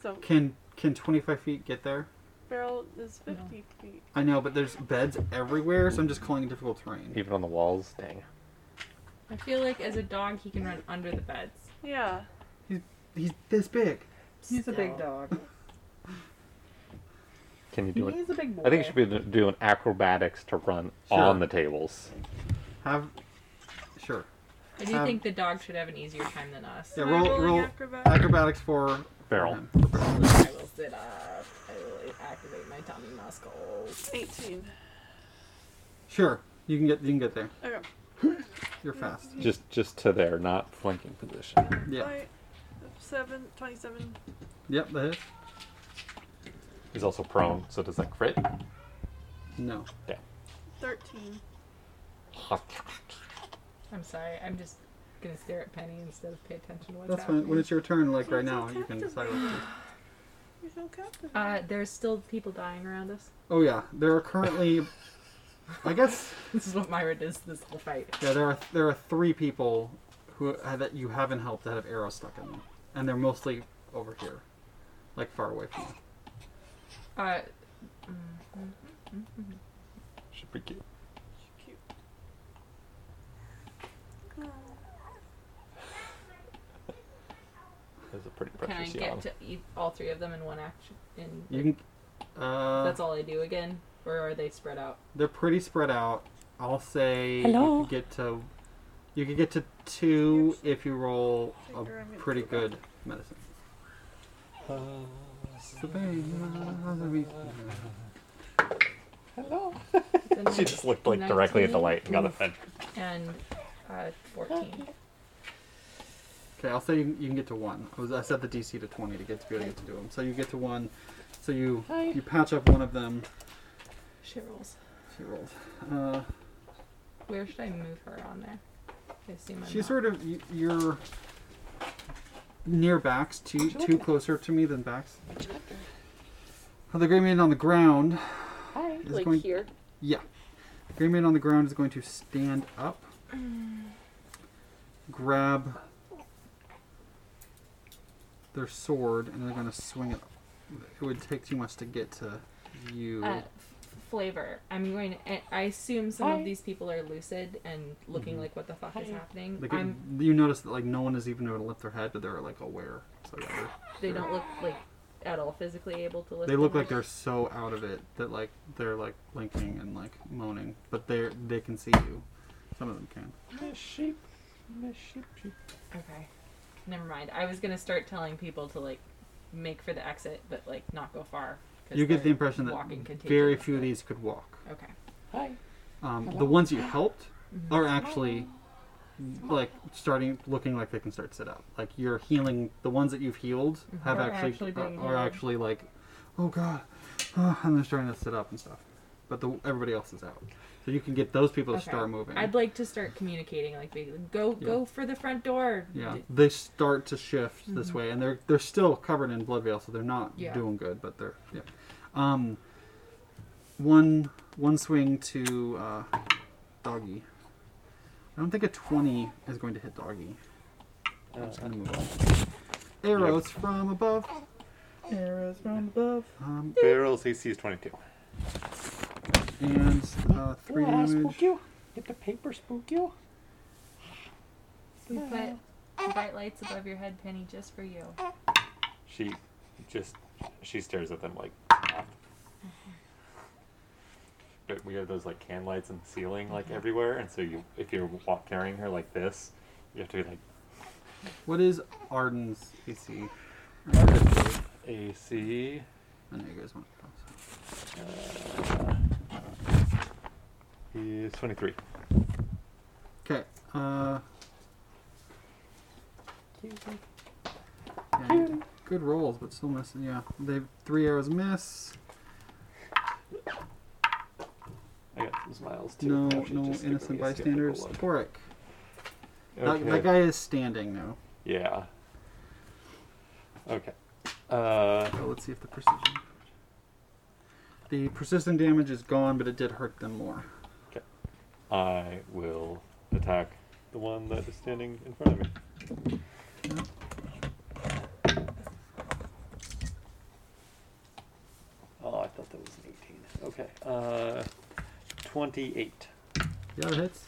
So
Can can 25 feet get there?
barrel is 50 feet.
I know, but there's beds everywhere, so I'm just calling it difficult terrain.
Even on the walls, dang.
I feel like as a dog, he can run under the beds.
Yeah.
He's this big.
He's a big dog.
Can you do it?
He's a big boy.
I think you should be doing acrobatics to run
Sure.
on the tables.
Have sure.
I do
Um,
think the dog should have an easier time than us.
Yeah,
Am I
roll
rolling
roll
acrobatics?
acrobatics for
Barrel.
him.
I will sit up. I will activate my tummy muscles.
18.
Sure, you can get you can get there.
Okay.
You're fast.
Just just to there, not flanking position.
Yeah.
Alright. Seven, 27.
Yep. That is.
He's also prone, so does that crit?
No.
13.
I'm sorry. I'm just gonna stare at Penny instead of pay attention to what's
That's
happening.
fine. When it's your turn, like right now, you can decide. What to do.
You're so captain.
Uh, there's still people dying around us.
Oh yeah, there are currently, I guess,
This is what Myra does this whole fight.
yeah, there are there are three people who that you haven't helped that have arrows stuck in them, and they're mostly over here, like far away from you.
Uh,
Should be cute.
Cute. Oh,
That's a pretty
can I
precious
get
yawn.
to eat all three of them in one action? In
You can. Uh,
that's all I do again, or are they spread out?
They're pretty spread out. I'll say
Hello?
you could get to you could get to two if you roll a
Figure I'm gonna
pretty
do that.
good medicine.
Hello.
Then
She just looked like directly at the light and got offended.
and uh, fourteen.
Okay, I'll say you, you can get to one. I, was, I set the DC to twenty to get to be able to get to do them. So you get to one. So you you patch up one of them.
She rolls.
She rolled. Uh,
Where should I move her on there? I assume I'm
she's
not-
sort of y- you're near Bax, too too closer to me than Bax. Oh, the gray man on the ground
Hi.
It's
Like
going-
here.
Yeah. Green man on the ground is going to stand up,
Mm.
grab their sword, and they're going to swing it. It would take too much to get to you.
uh, f- flavor. I'm going to. I- I assume some
Hi.
of these people are lucid and looking like what the fuck is
Hi.
happening.
Like,
I'm,
you notice that like no one is even able to lift their head, but they're like aware. So yeah, they're-
they don't look like at all physically able to lift.
they look
them
like
up.
they're so out of it that like they're like blinking and like moaning, but they are they can see you. Some of them can.
Okay, never mind. I was gonna start telling people to like make for the exit, but like not go far. 'cause
You get the
they're
impression that
walking
very
contagion.
few of these could walk.
Okay.
Um, the ones you helped
Mm-hmm.
are actually like starting looking like they can start to sit up. Like you're healing the ones that you've healed have
Mm-hmm. Are
actually,
actually
are,
being
are
healed.
ah, actually like, oh god, oh, and they're starting to sit up and stuff. but the, everybody else is out. So you can get those people to
Okay.
start moving.
I'd like to start communicating, like, be- go
Yeah.
go for the front door.
yeah, they start to shift this way, and they're they're still covered in blood veil, so they're not
Yeah.
doing good, but they're yeah. Um, one one swing to uh, doggy. I don't think a twenty is going to hit doggy. I'm just gonna move on. Arrows from above.
Arrows from above.
Um,
Barrels AC is 22.
and uh, three damage.
Did the paper spook you?
We put bright lights above your head, Penny, just for you.
She just she stares at them like. "Ah." But we have those like can lights in the ceiling like everywhere, and so you if you're wa- carrying her like this, you have to be like
What is Arden's AC?
AC.
I know you guys want.
Is 23.
Okay. Uh, yeah, good rolls, but still missing. Yeah, they three arrows miss.
I got some smiles too.
No,
Actually,
no
just to go
innocent
be a skeptical
bystanders.
look.
Toric. That,
Okay.
that guy is standing now.
Yeah. Okay. Uh,
So let's see if the precision. The persistent damage is gone, but it did hurt them more.
I will attack the one that is standing in front of me. Oh, I thought that was an 18. Okay. Uh, 28.
Yeah, it hits.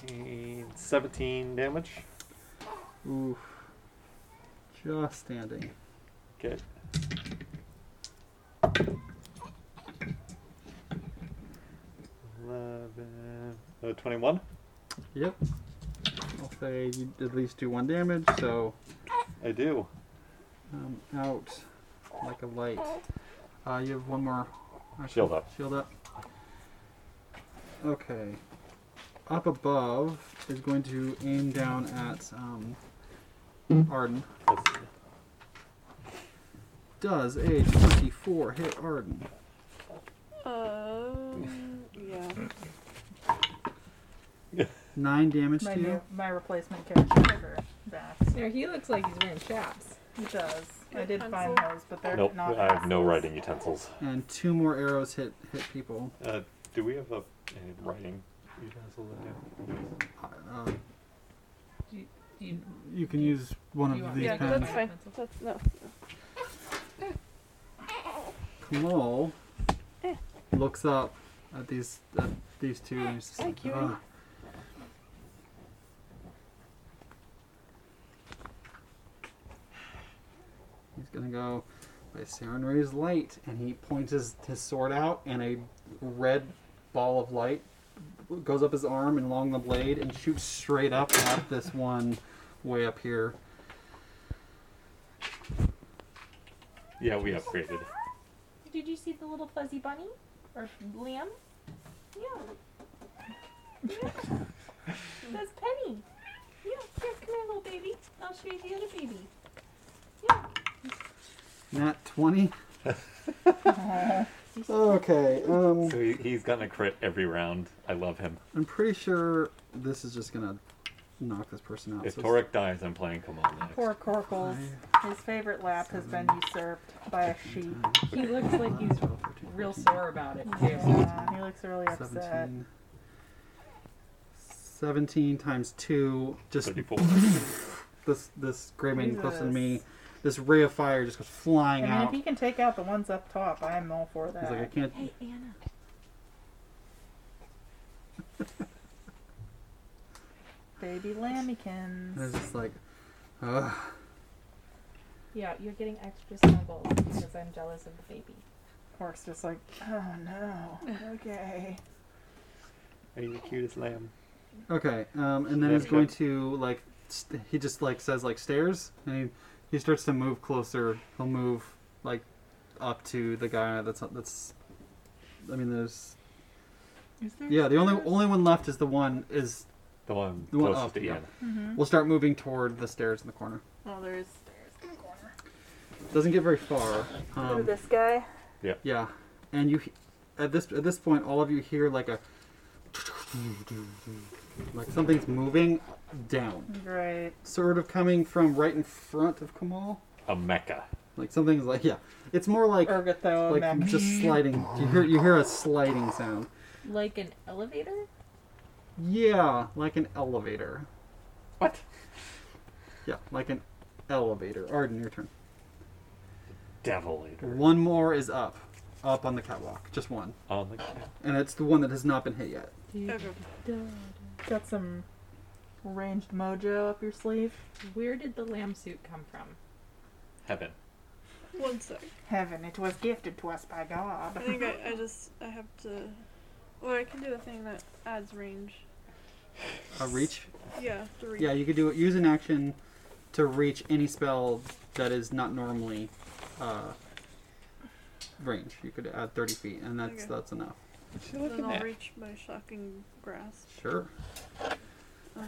Thirteen, 17 damage.
Oof. Just standing.
Okay. Eleven. Uh, 21.
Yep. I'll say you at least do one damage, so
I do.
um, out like a light. Uh, you have one more. action.
Shield up.
Shield up. Okay. Up above is going to aim down at um, Arden.
That's,
Does a 24 hit Arden?
Um, yeah.
Nine damage
My,
to
new,
you.
my replacement character for that.
Now, he looks like he's wearing chaps.
It does. I did
Pencil.
find those, but they're
nope.
not.
I have no
axes.
writing utensils.
And two more arrows hit hit people.
Uh, do we have a, a writing utensil? in here?
Uh,
You,
you can use one
You
of
want
these
me
Yeah,
to go
pens.
that's
find
fine.
pencil?
That's no.
Kamal
Eh.
looks up at these at these two and he's just
Hi,
like,
cutie.
"Ugh." He's gonna go by Sarenrae's light, and he points his, his sword out, and a red ball of light goes up his arm and along the blade and shoots straight up at this one way up here.
Yeah, we upgraded.
Did you see the little fuzzy bunny? Or lamb? Yeah. That's Penny. Yeah, here, come here, little baby. I'll show you the other baby. Yeah.
Nat 20. okay, um.
So he, he's gotten a crit every round. I love him.
I'm pretty sure this is just gonna knock this person out.
If
so
Torek dies, I'm playing Kamal next.
Poor Corkles. His favorite lap has been usurped by a sheep.
He looks like he's
12, 13,
real
14,
sore about it, too.
Yeah, he looks really upset.
17. 17 times 2 just
34.
this this gray man close to me
Jesus.
this ray of fire just goes
I
flying
mean, if
out
he
he's
can take out the ones up top, I'm all for that.
like i can't
Hey, Anna.
Baby lambykins.
and it's just like Ugh.
Yeah, you're getting extra snuggles because I'm jealous of the baby.
Cork's just like, oh no, okay.
Are you the cutest lamb?
okay um and then
Yeah,
he's going
sure.
to like st- he just like says like stairs and he he starts to move closer he'll move like up to the guy that's that's i mean there's
Is there
Yeah, the only
stairs?
only one left is the one is
The one
The one
closest
up,
to
yeah.
Ian.
We'll start moving toward the stairs in the corner.
Hmm? Oh, there is stairs in the corner.
Doesn't get very far.
Look at
Um,
this guy.
yeah, and you, he- at this at this point, all of you hear like a, like something's moving down,
Great.
sort of coming from right in front of Kamal.
A mecca.
Like something's like yeah, it's more like
Ergotho
like
Mac-
just sliding. You hear you hear a sliding sound.
Like an elevator?
Yeah, like an elevator.
What?
Yeah, like an elevator. Arden, your turn.
Devil eater.
One more is up, up on the catwalk. Just one,
On the cat.
and it's the one that has not been hit yet.
Okay.
Got some ranged mojo up your sleeve.
Where did the lamb suit come from?
Heaven.
One sec.
Heaven, it was gifted to us by
I
God.
think I, I just I have to. Or I can do the thing that adds range.
A reach.
Yeah, to reach.
Yeah, you could do it. Use an action to reach any spell that is not normally uh, range. You could add thirty feet, and that's
Okay.
that's enough.
What you
Then
looking
I'll
at?
reach my shocking grasp.
Sure.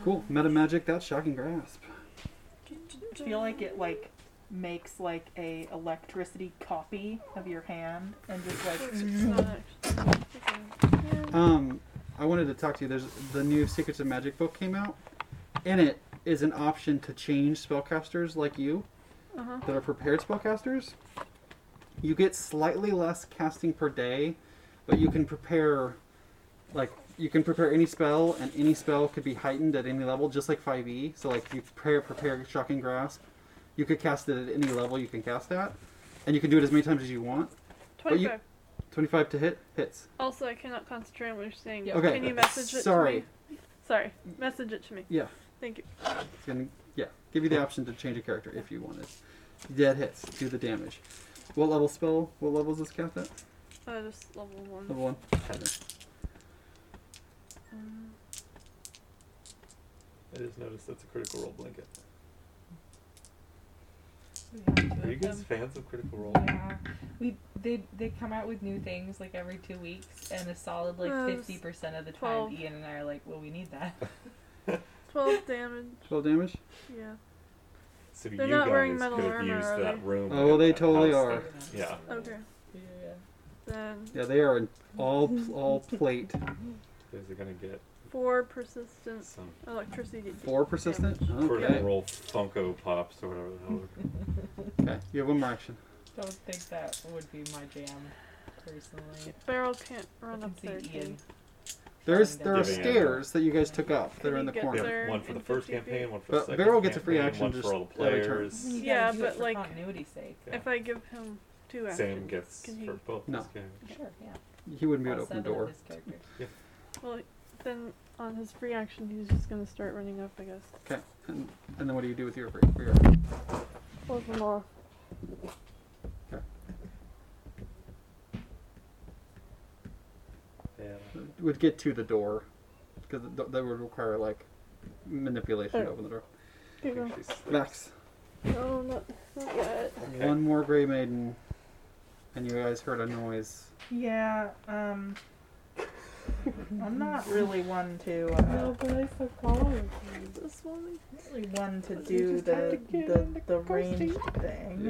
Cool. Meta magic. That's shocking grasp.
I feel like it like makes like a electricity copy of your hand and just like
Wait, it's not actually. Okay. Yeah.
Um, I wanted to talk to you. There's the new Secrets of Magic book came out. In it is an option to change spellcasters like you
Uh-huh.
that are prepared spellcasters. You get slightly less casting per day, but you can prepare like you can prepare any spell and any spell could be heightened at any level just like 5e. So like if you prepare prepare shocking grasp, you could cast it at any level you can cast at and you can do it as many times as you want. But you-
Twenty-five.
25 to hit hits.
Also, I cannot concentrate on what you're saying.
Yeah.
Okay.
Can you message it
Sorry.
to me? Sorry. Message it to me.
Yeah.
Thank you.
It's gonna yeah, give you the option to change a character if you wanted. Dead hits, do the damage. What level spell? What level is this cast at?
Uh, just level one.
Level one. Heaven.
Um,
I just noticed that's a critical role blanket.
We have to
Are you
have
guys
them.
fans of critical role?
Yeah. We they they come out with new things like every two weeks, and a solid like
Uh,
fifty percent of the time,
twelve.
Ian and I are like, well, we need that.
Twelve damage.
Twelve damage.
Yeah.
So
They're
you
not wearing
guys
metal
could have
armor,
used
are
that
they?
room.
Oh,
and
they
that
totally
house.
are.
Yeah.
Okay.
Yeah.
Then
Yeah, they are an all all plate.
You guys are gonna get
four persistent
some
electricity.
Four persistent.
critical
Okay.
role Funko Pops or whatever the hell. they're-
Okay. You have one more action.
Don't think that would be my jam, personally.
Barrel can't
I
run
can
up
see
there.
Ian.
There's there are
Giving it a-
stairs that you guys took up that
Can
are in
you
the
get
corner.
there?
Yeah, one for
in
the first
50
campaign, one for
But
the second.
Beryl gets a free
campaign,
action
one
just
for all the
every turn.
You
players.
gotta
Yeah,
do it
but,
for
like-
continuity's sake.
If I give him two actions,
Sam gets
can he?
for both.
No.
his characters.
Sure, yeah.
He wouldn't be
All
able to open the
seven of
door.
his characters.
Well, then on his free action, he's just gonna start running up, I guess.
Okay. And, and then what do you do with your free? For your action?
Both them off.
Yeah.
It would get to the door because th- that would require like manipulation to open the door.
Here you
She's sleeping.
Max.
go. No, not, not yet.
Okay.
One more Grey Maiden, and you guys heard a noise.
Yeah, um I'm not really one to uh,
but I still follow this one.
really one to
You
do
just have
the
to get
the,
in the
the
car seat.
ranged thing.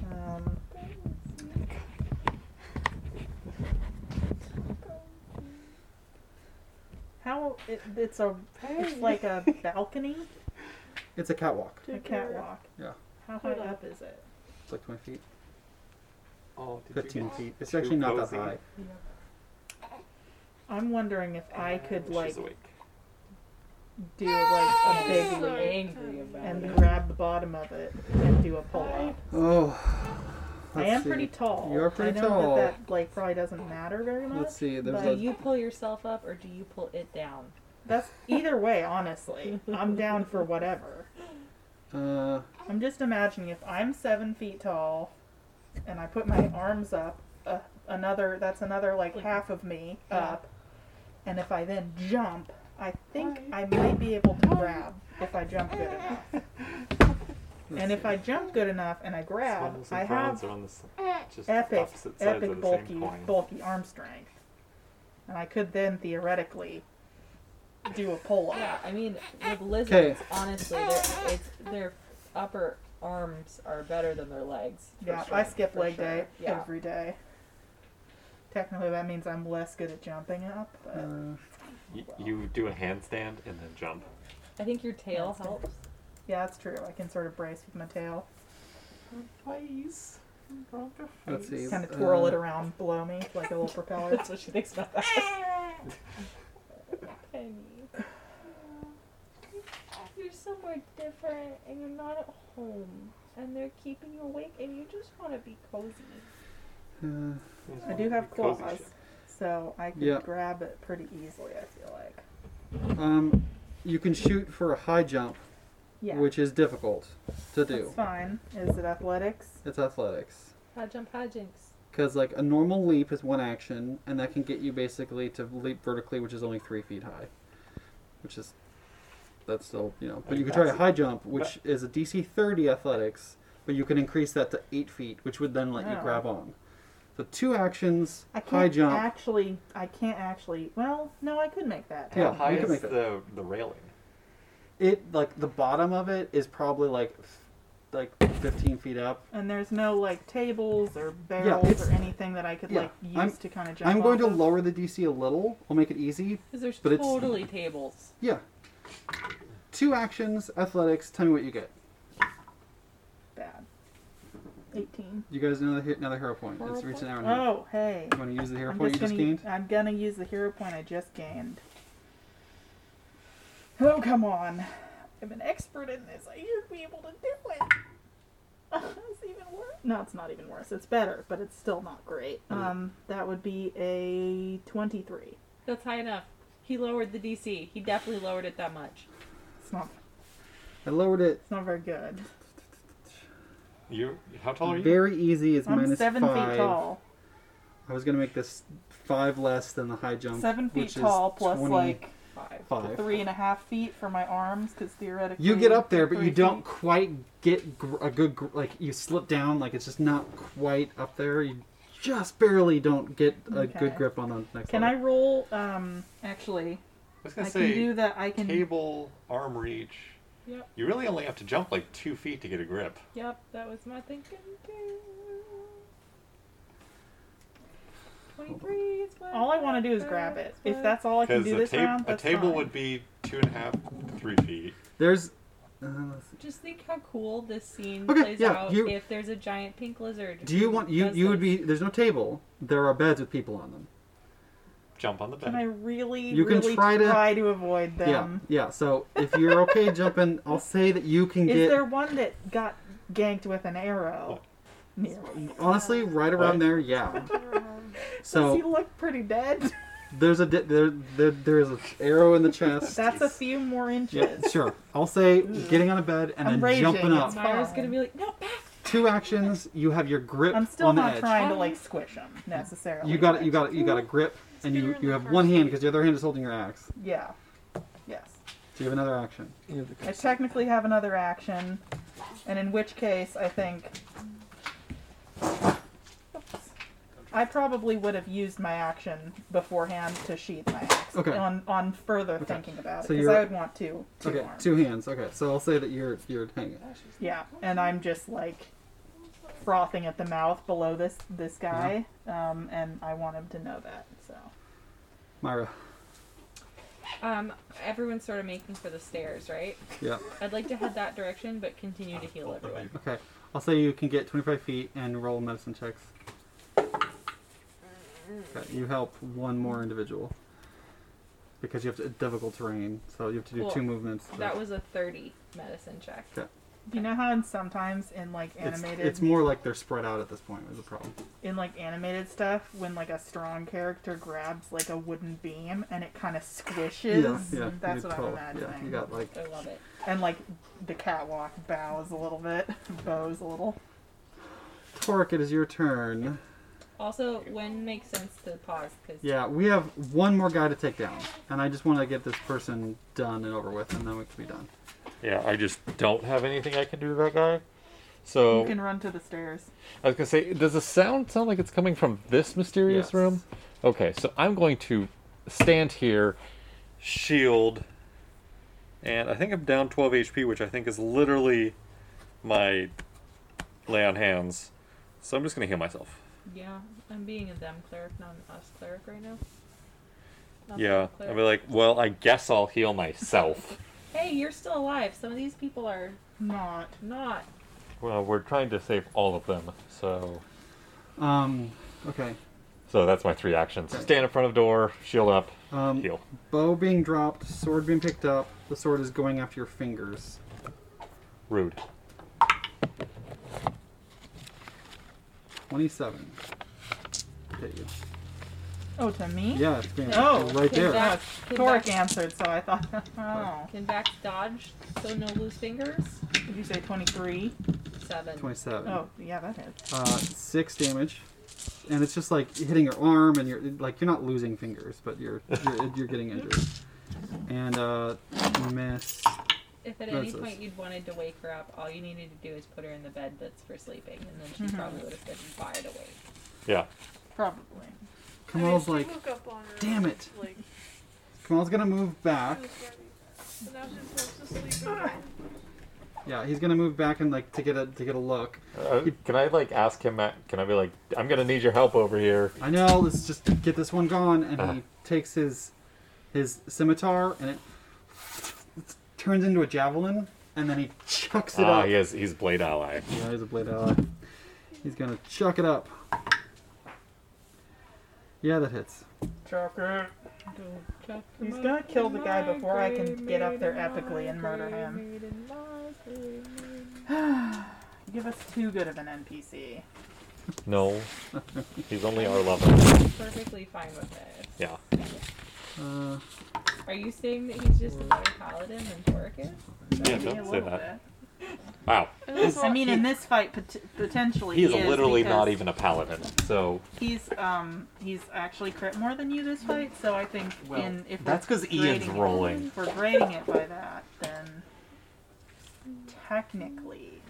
Yeah.
Um How it, it's a it's like a balcony,
It's a catwalk.
a
Take care.
catwalk.
Yeah.
How high
Hold on.
up is it?
It's like 20 feet,
Oh, did you
15
get
feet. It's
too
actually not that
cozy?
high.
I'm wondering if I could
She's
like
awake.
do like a big
Sorry.
leap
Angry about
and
it.
grab the bottom of it and do a pull up.
Oh.
I
let's
am
see.
pretty tall.
You are pretty
I know
tall.
That, that like probably doesn't matter very much.
Let's see. There's
but
a,
But
Do you pull yourself up or do you pull it down?
That's either way, honestly. I'm down for whatever.
uh,
I'm just imagining if I'm seven feet tall, and I put my arms up, uh, another that's another like,
Like-
half of me
Yeah.
up, and if I then jump, I think I might be able to grab if I jump good enough.
let's
And
see.
if I jump good enough and I grab,
Swallows and
I
frowns
have
are on the s- just
epic,
opposite sides
epic
of the same
bulky,
coin.
bulky arm strength, and I could then theoretically
do a poll on that. I mean, with lizards,
'Kay.
honestly, their- it's, their upper arms are better than their legs. for
Yeah,
sure,
I skip
for
leg
sure.
day
Yeah.
every day. Technically, that means I'm less good at jumping up. But
Uh,
You, you do a handstand and then jump.
I think your tail helps.
yeah, that's true. I can sort of brace with my tail,
Please.
let's see.
kind of twirl
uh,
it around below me like a little propeller.
That's what she thinks about that.
Penny. You're somewhere different and you're not at home. And they're keeping you awake and you just want to be cozy.
Uh,
I do have
Cozy
claws,
shit.
so I can
Yeah.
grab it pretty easily. I feel like.
um, you can shoot for a high jump,
Yeah,
which is difficult to do.
that's fine. Is it athletics?
It's athletics.
High jump, high jinx.
Because like a normal leap is one action, and that can get you basically to leap vertically, which is only three feet high, which is that's still you know. But you could try a high jump, which is a DC thirty athletics, but you can increase that to eight feet, which would then let you
Oh.
grab on. So two actions,
I can't
high jump.
actually. I can't actually. Well, no, I could make that.
Yeah,
How high
you can
is
make it.
the, the railing?
It like the bottom of it is probably like f- like fifteen feet up.
And there's no like tables or barrels
it's-
or anything that I could
yeah,
like use
I'm-
to kind of jump.
I'm going to
off of?
lower the DC a little. I'll make it easy.
Because there's
But it's-
totally tables.
Yeah. Two actions, athletics. Tell me what you get.
bad. 18.
You guys know the he- another hero point. It's reached an hour now.
Oh, hey.
You want to use the hero
I'm
point you
just
just
gonna,
gained?
I'm gonna use the hero point I just gained. Oh, come on. I'm an expert in this. I should be able to do it. it's even worse. No, it's not even worse. It's better, but it's still not great.
Hmm.
Um, that would be a 23.
That's high enough. He lowered the DC. He definitely lowered it that much.
It's not,
I lowered it.
it's not very good.
You how tall are you?
Very easy. It's
I'm
minus
seven
five.
feet tall.
I was gonna make this five less than the high jump.
Seven feet
um, which
tall
is
plus like
Five.
25.
three and a half feet for my arms, because theoretically
You get up there, but
three
you don't
feet-
quite get gr- a good gr- like. You slip down, like it's just not quite up there. You just barely don't get a
Okay.
good grip on the next.
Can I
level.
roll? Um, actually,
I was
I
gonna
can
say
do that. I can.
table arm reach.
Yep.
You really only have to jump like two feet to get a grip.
Yep, that was my thinking too. 23 is what
All I want to do is grab it. If that's all I can
Because
do
a,
this
tab-
round,
a
that's
table
fine.
would be two and a half, three feet.
There's. Uh, let's see.
Just think how cool this scene
Okay,
plays
yeah,
out
you-
if there's a giant pink lizard.
Do you
who
want you?
does
You would
this.
be. There's no table. There are beds with people on them.
Jump on the
Can I
bed.
really,
You can
really
try to-
avoid them?
Yeah, yeah. So if you're okay jumping, I'll say that you can
Is
get.
there one that got ganked with an arrow? Nearly.
Honestly, right around
What?
there, yeah.
Does he
So
look pretty dead?
there's a di- there, there there is an arrow in the chest.
That's a few more inches.
Yeah, sure. I'll say getting on a bed and
I'm
then
raging,
jumping
it's
up.
fine.
Myra's gonna be like, no, back.
Two actions. You have your grip
I'm still
on the
not
edge.
trying to like squish him necessarily.
You got it.
but-
You got it. You got a grip, and you
Spear in
you
the
have
first
one hand
place.
because the other hand is holding your axe.
Yeah. Yes.
So you have another action.
I technically have another action, and in which case I think Oops. I probably would have used my action beforehand to sheath my axe.
Okay.
On on further
Okay.
thinking about it,
So
because
you're-
I would want to. to
okay,
arm.
two hands. Okay, so I'll say that you're you're hanging.
Yeah, and I'm just like frothing at the mouth below this this guy, um, and I want him to know that. So
Myra.
Um, everyone's sort of making for the stairs, right?
Yeah.
I'd like to head that direction, but continue to heal everyone.
Okay. I'll say you can get 25 feet and roll medicine checks. Okay, you help one more individual. Because you have to, difficult terrain, so you have to do
Cool.
two movements.
That was a 30 medicine check.
you know how in sometimes in like
it's,
animated
it's more like they're spread out at this point, is the problem.
in like animated stuff when like a strong character grabs like a wooden beam and it kind of squishes. Mm, That's
you
what
totally-
I'm
Yeah,
imagining.
you got like.
I love it.
And like the catwalk bows a little bit, bows a little.
Torque, it is your turn.
Also, when makes sense to pause because
Yeah, we have one more guy to take down, and I just want to get this person done and over with, and then we can be done.
Yeah, I just don't have anything I can do to that guy. So
You can run to the stairs.
I was gonna say, does the sound sound like it's coming from this mysterious
Yes.
room? Okay, so I'm going to stand here
shield, and I think I'm down 12 HP, which I think is literally my lay on hands. So I'm just gonna heal myself.
Yeah, I'm being a them cleric, not an us cleric right now. Not
yeah,
them
I'll
cleric.
be like, well, I guess I'll heal myself.
Hey, you're still alive. Some of these people are
Not.
not.
Well, we're trying to save all of them, so
Um, okay.
so that's my three actions: stand in front of door, shield up,
Um,
heal.
Bow being dropped, sword being picked up. The sword is going after your fingers.
Rude.
27. Hit you.
Oh, to me?
Yeah, it's going
Oh,
right
okay,
there.
that-
Can
Toric
Vax-
answered, so I thought, oh.
Can back dodge so no loose fingers?
Did you say 23?
Seven.
27.
Oh, yeah, that hits.
Uh, six damage. And it's just like hitting your arm, and you're like you're not losing fingers, but you're you're, you're getting injured. And uh, miss.
If at any
That's us.
point you'd wanted to wake her up, all you needed to do is put her in the bed that's for sleeping, and then she
Mhm.
probably would have been fired awake.
Yeah,
Probably.
Kamal's
I mean,
like,
she woke up on her
"Damn
own,
it."
Like, she
Kamal's gonna move back.
was ready. But now she's supposed to sleep again.
Yeah, he's gonna move back and like to get a to get a look.
uh, can I like ask him? At, can I be like, I'm gonna need your help over here?
I know. Let's just get this one gone. And
Ah.
he takes his his scimitar and it, turns into a javelin, and then he chucks it
Ah,
up.
he has he's blade ally.
Yeah, he's a blade ally. He's gonna chuck it up. Yeah, that hits.
He's gonna kill the guy before I can get up there epically and murder him. Give us too good of an NPC.
No, he's only our level.
Perfectly fine with this.
Yeah,
Uh,
Are you saying that he's just a better paladin than Torek is?
Yeah,
Maybe a
don't say
little
that.
bit.
Wow,
And that's
I
all-
mean, in this fight, pot- potentially.
he is
he is
literally not
because
even a paladin. So
He's um he's actually crit more than you this fight, so I think
Well,
in if
that's
we're
'cause Ian's
grading it-
rolling.
if we're grading it by that, then technically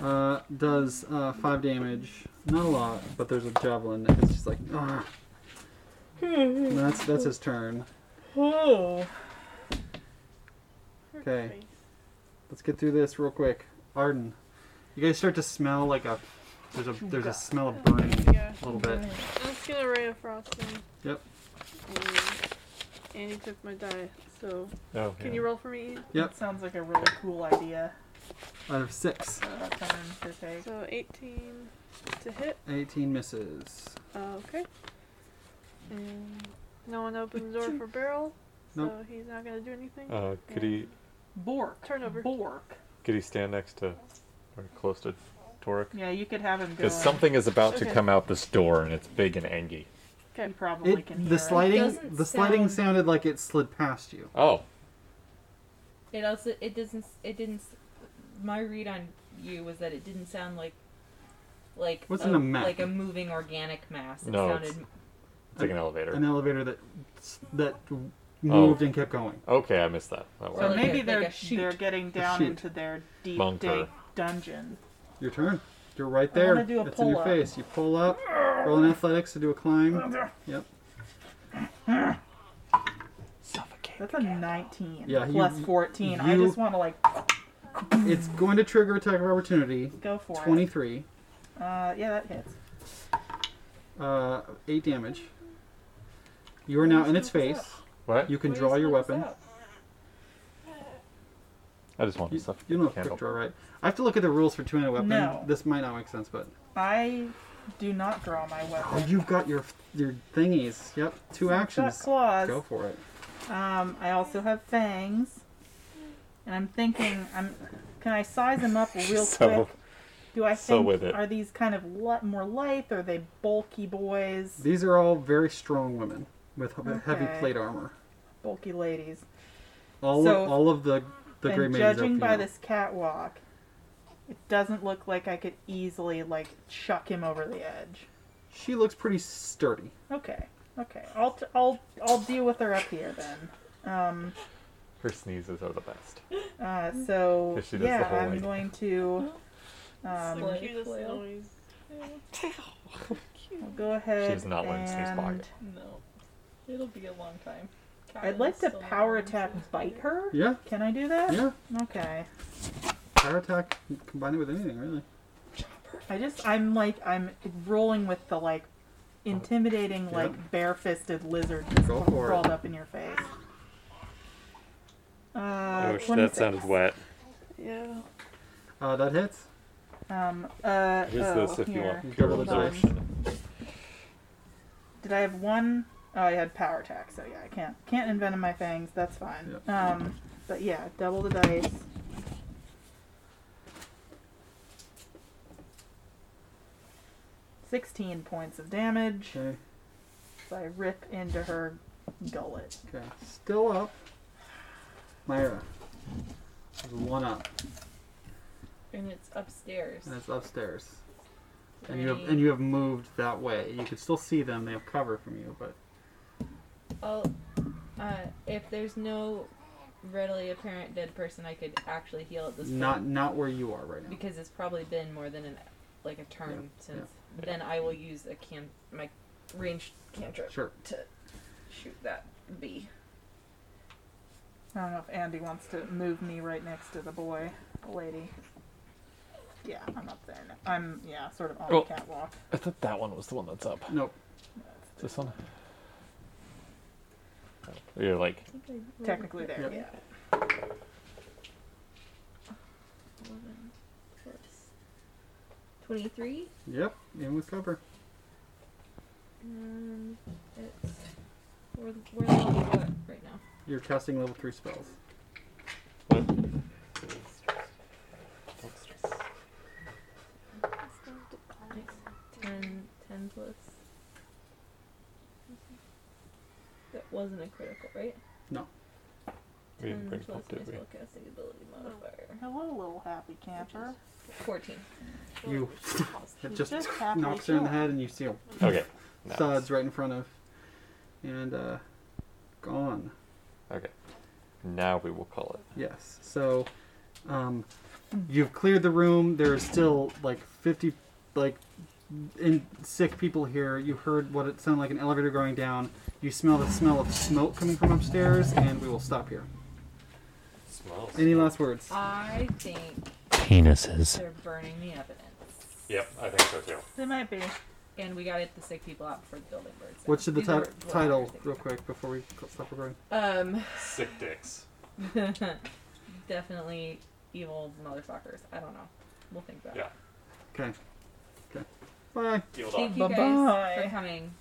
uh, does uh, five damage. Not a lot, but there's a javelin. And it's just like, ah. And that's that's his turn.
Oh.
her
Okay.
face.
Let's get through this real quick. Arden, you guys start to smell like a there's a there's a smell of burning
Yeah.
a little bit.
That's gonna ray of frost him.
Yep.
And, and he took my die, so
no,
can you roll for me? Ian?
Yep.
That sounds like a really cool idea
Out of six,
for a turn to take.
So 18 to hit.
18 misses.
Uh, Okay. And no one opened the door for Beryl, so
Nope.
he's not gonna do anything.
Uh, could he
Bork.
Turn over.
Bork.
could he stand next to or close to Toric?
Yeah, you could have him do it.
Because something is about to
Okay.
come out this door, and it's big and angy.
You
Okay.
probably can
It,
hear
the sliding
Doesn't
the sliding
sound-
sounded like it slid past you.
Oh,
It also it doesn't it didn't. My read on you was that it didn't sound like like
Wasn't a map.
like a moving organic mass. It
No,
sounded
it's- it's
Uh,
like an elevator.
An elevator that that moved and kept going.
Okay, I missed that.
So
That
Or
worked.
like a-
maybe
like
they're
a chute.
they're getting down
chute.
into their deep
Bunker.
dig dungeon.
Your turn. You're right
I
there.
wanna do a
it's in your
pull-up.
face. You pull up. Roll an athletics to do a climb. Yep.
That's a 19
Yeah, you-
plus 14. I
you-
just want to like
It's going to trigger attack of opportunity.
go for it.
23.
Uh, yeah, that hits.
Uh, eight damage. You are now in its face.
What?
You can draw your weapon.
I just wanted
You,
to stuff.
you don't have quick
Handle.
draw, right? I have to look at the rules for two-handed weapon.
No.
This might not make sense, but
I do not draw my
oh,
weapon.
you've got your your thingies. Yep, two
Got
actions.
claws.
Go for it.
Um, I also have fangs, and I'm thinking, I'm can I size them up real
So-
quick? Do I think
so with it.
are these kind of li- more lithe? Are they bulky boys,
These are all very strong women with he- heavy
Okay.
plate armor.
bulky ladies?
All
So-
of, all of the the gray
and
maidens. are
judging by
female.
this catwalk, it doesn't look like I could easily like chuck him over the edge.
she looks pretty sturdy.
Okay, okay, I'll t- I'll I'll deal with her up here then. Um,
Her sneezes are the best.
uh, so
'Cause she does the
yeah,
whole,
I'm
like-
going to.
It's
Um,
the
Slay
cutest
flail.
noise.
I'll go ahead.
She's not wearing sneeze
and
pocket.
No, it'll be a long time.
I'd like to power attack bite her.
Yeah,
Can I do that?
yeah.
Okay.
Power attack, combine it with anything, really.
I just I'm like I'm rolling with the like intimidating
Yeah.
like bare-fisted lizard just
Go
cr-
for it.
crawled up in your face. Uh,
I wish Oh, that sounded
26.
wet.
Yeah.
Uh, that hits.
Um, uh,
What is
oh,
this if you
here.
want
Double
pure
the dice.
absorption?
Did I have one? Oh, I had power attack, so yeah, I can't can't envenom my fangs. That's fine. Um, but yeah, double the dice. Sixteen points of damage.
Okay,
So I rip into her gullet.
okay. Still up. Myra. There's one up,
And it's upstairs.
and it's upstairs.
Is there
And you have
any-
and you have moved that way. You can still see them. They have cover from you, but
I'll, uh, if there's no readily apparent dead person, I could actually heal at this point.
not not where you are right now.
because it's probably been more than an, like a turn since. Then I will use a can my ranged cantrip
Sure.
to shoot that bee.
I don't know if Andy wants to move me right next to the boy, the lady. Yeah, I'm up there. Now. I'm yeah, sort of on
Well-
the catwalk.
I thought that one was the one that's up.
Nope.
Is this one? You're like,
Technically there.
Yep.
Yeah.
Twenty-three.
Yep. Even with cover.
Um, it's we're we're level what right now?
You're casting level three spells.
Ten, ten plus. That wasn't a critical, right?
We didn't
Ten
bring it
plus
up, did
Mm, my
we?
spellcasting ability modifier.
Hello, little happy camper.
Fourteen.
You it just
Just happily
knocks her in the
chill.
head, and you see a
Okay. No.
thuds right in front of, and uh, gone.
Okay. Now we will call it.
Yes. So, um, you've cleared the room. There are still like fifty, like, in sick people here. You heard what it sounded like an elevator going down. You smell the smell of smoke coming from upstairs, and we will stop here.
Smells.
Any last words?
I think
Penises.
they're burning the evidence.
Yep, I think so too.
They might be.
And we gotta get the sick people out before the building burns.
What should the
These are
ti-
what I
title,
was
real
thinking.
quick, before we stop recording?
Um,
Sick dicks.
definitely evil motherfuckers. I don't know. We'll think about
Yeah.
it.
Okay. Okay. Bye.
Healed
Thank
up.
you guys
Bye-bye.
for coming.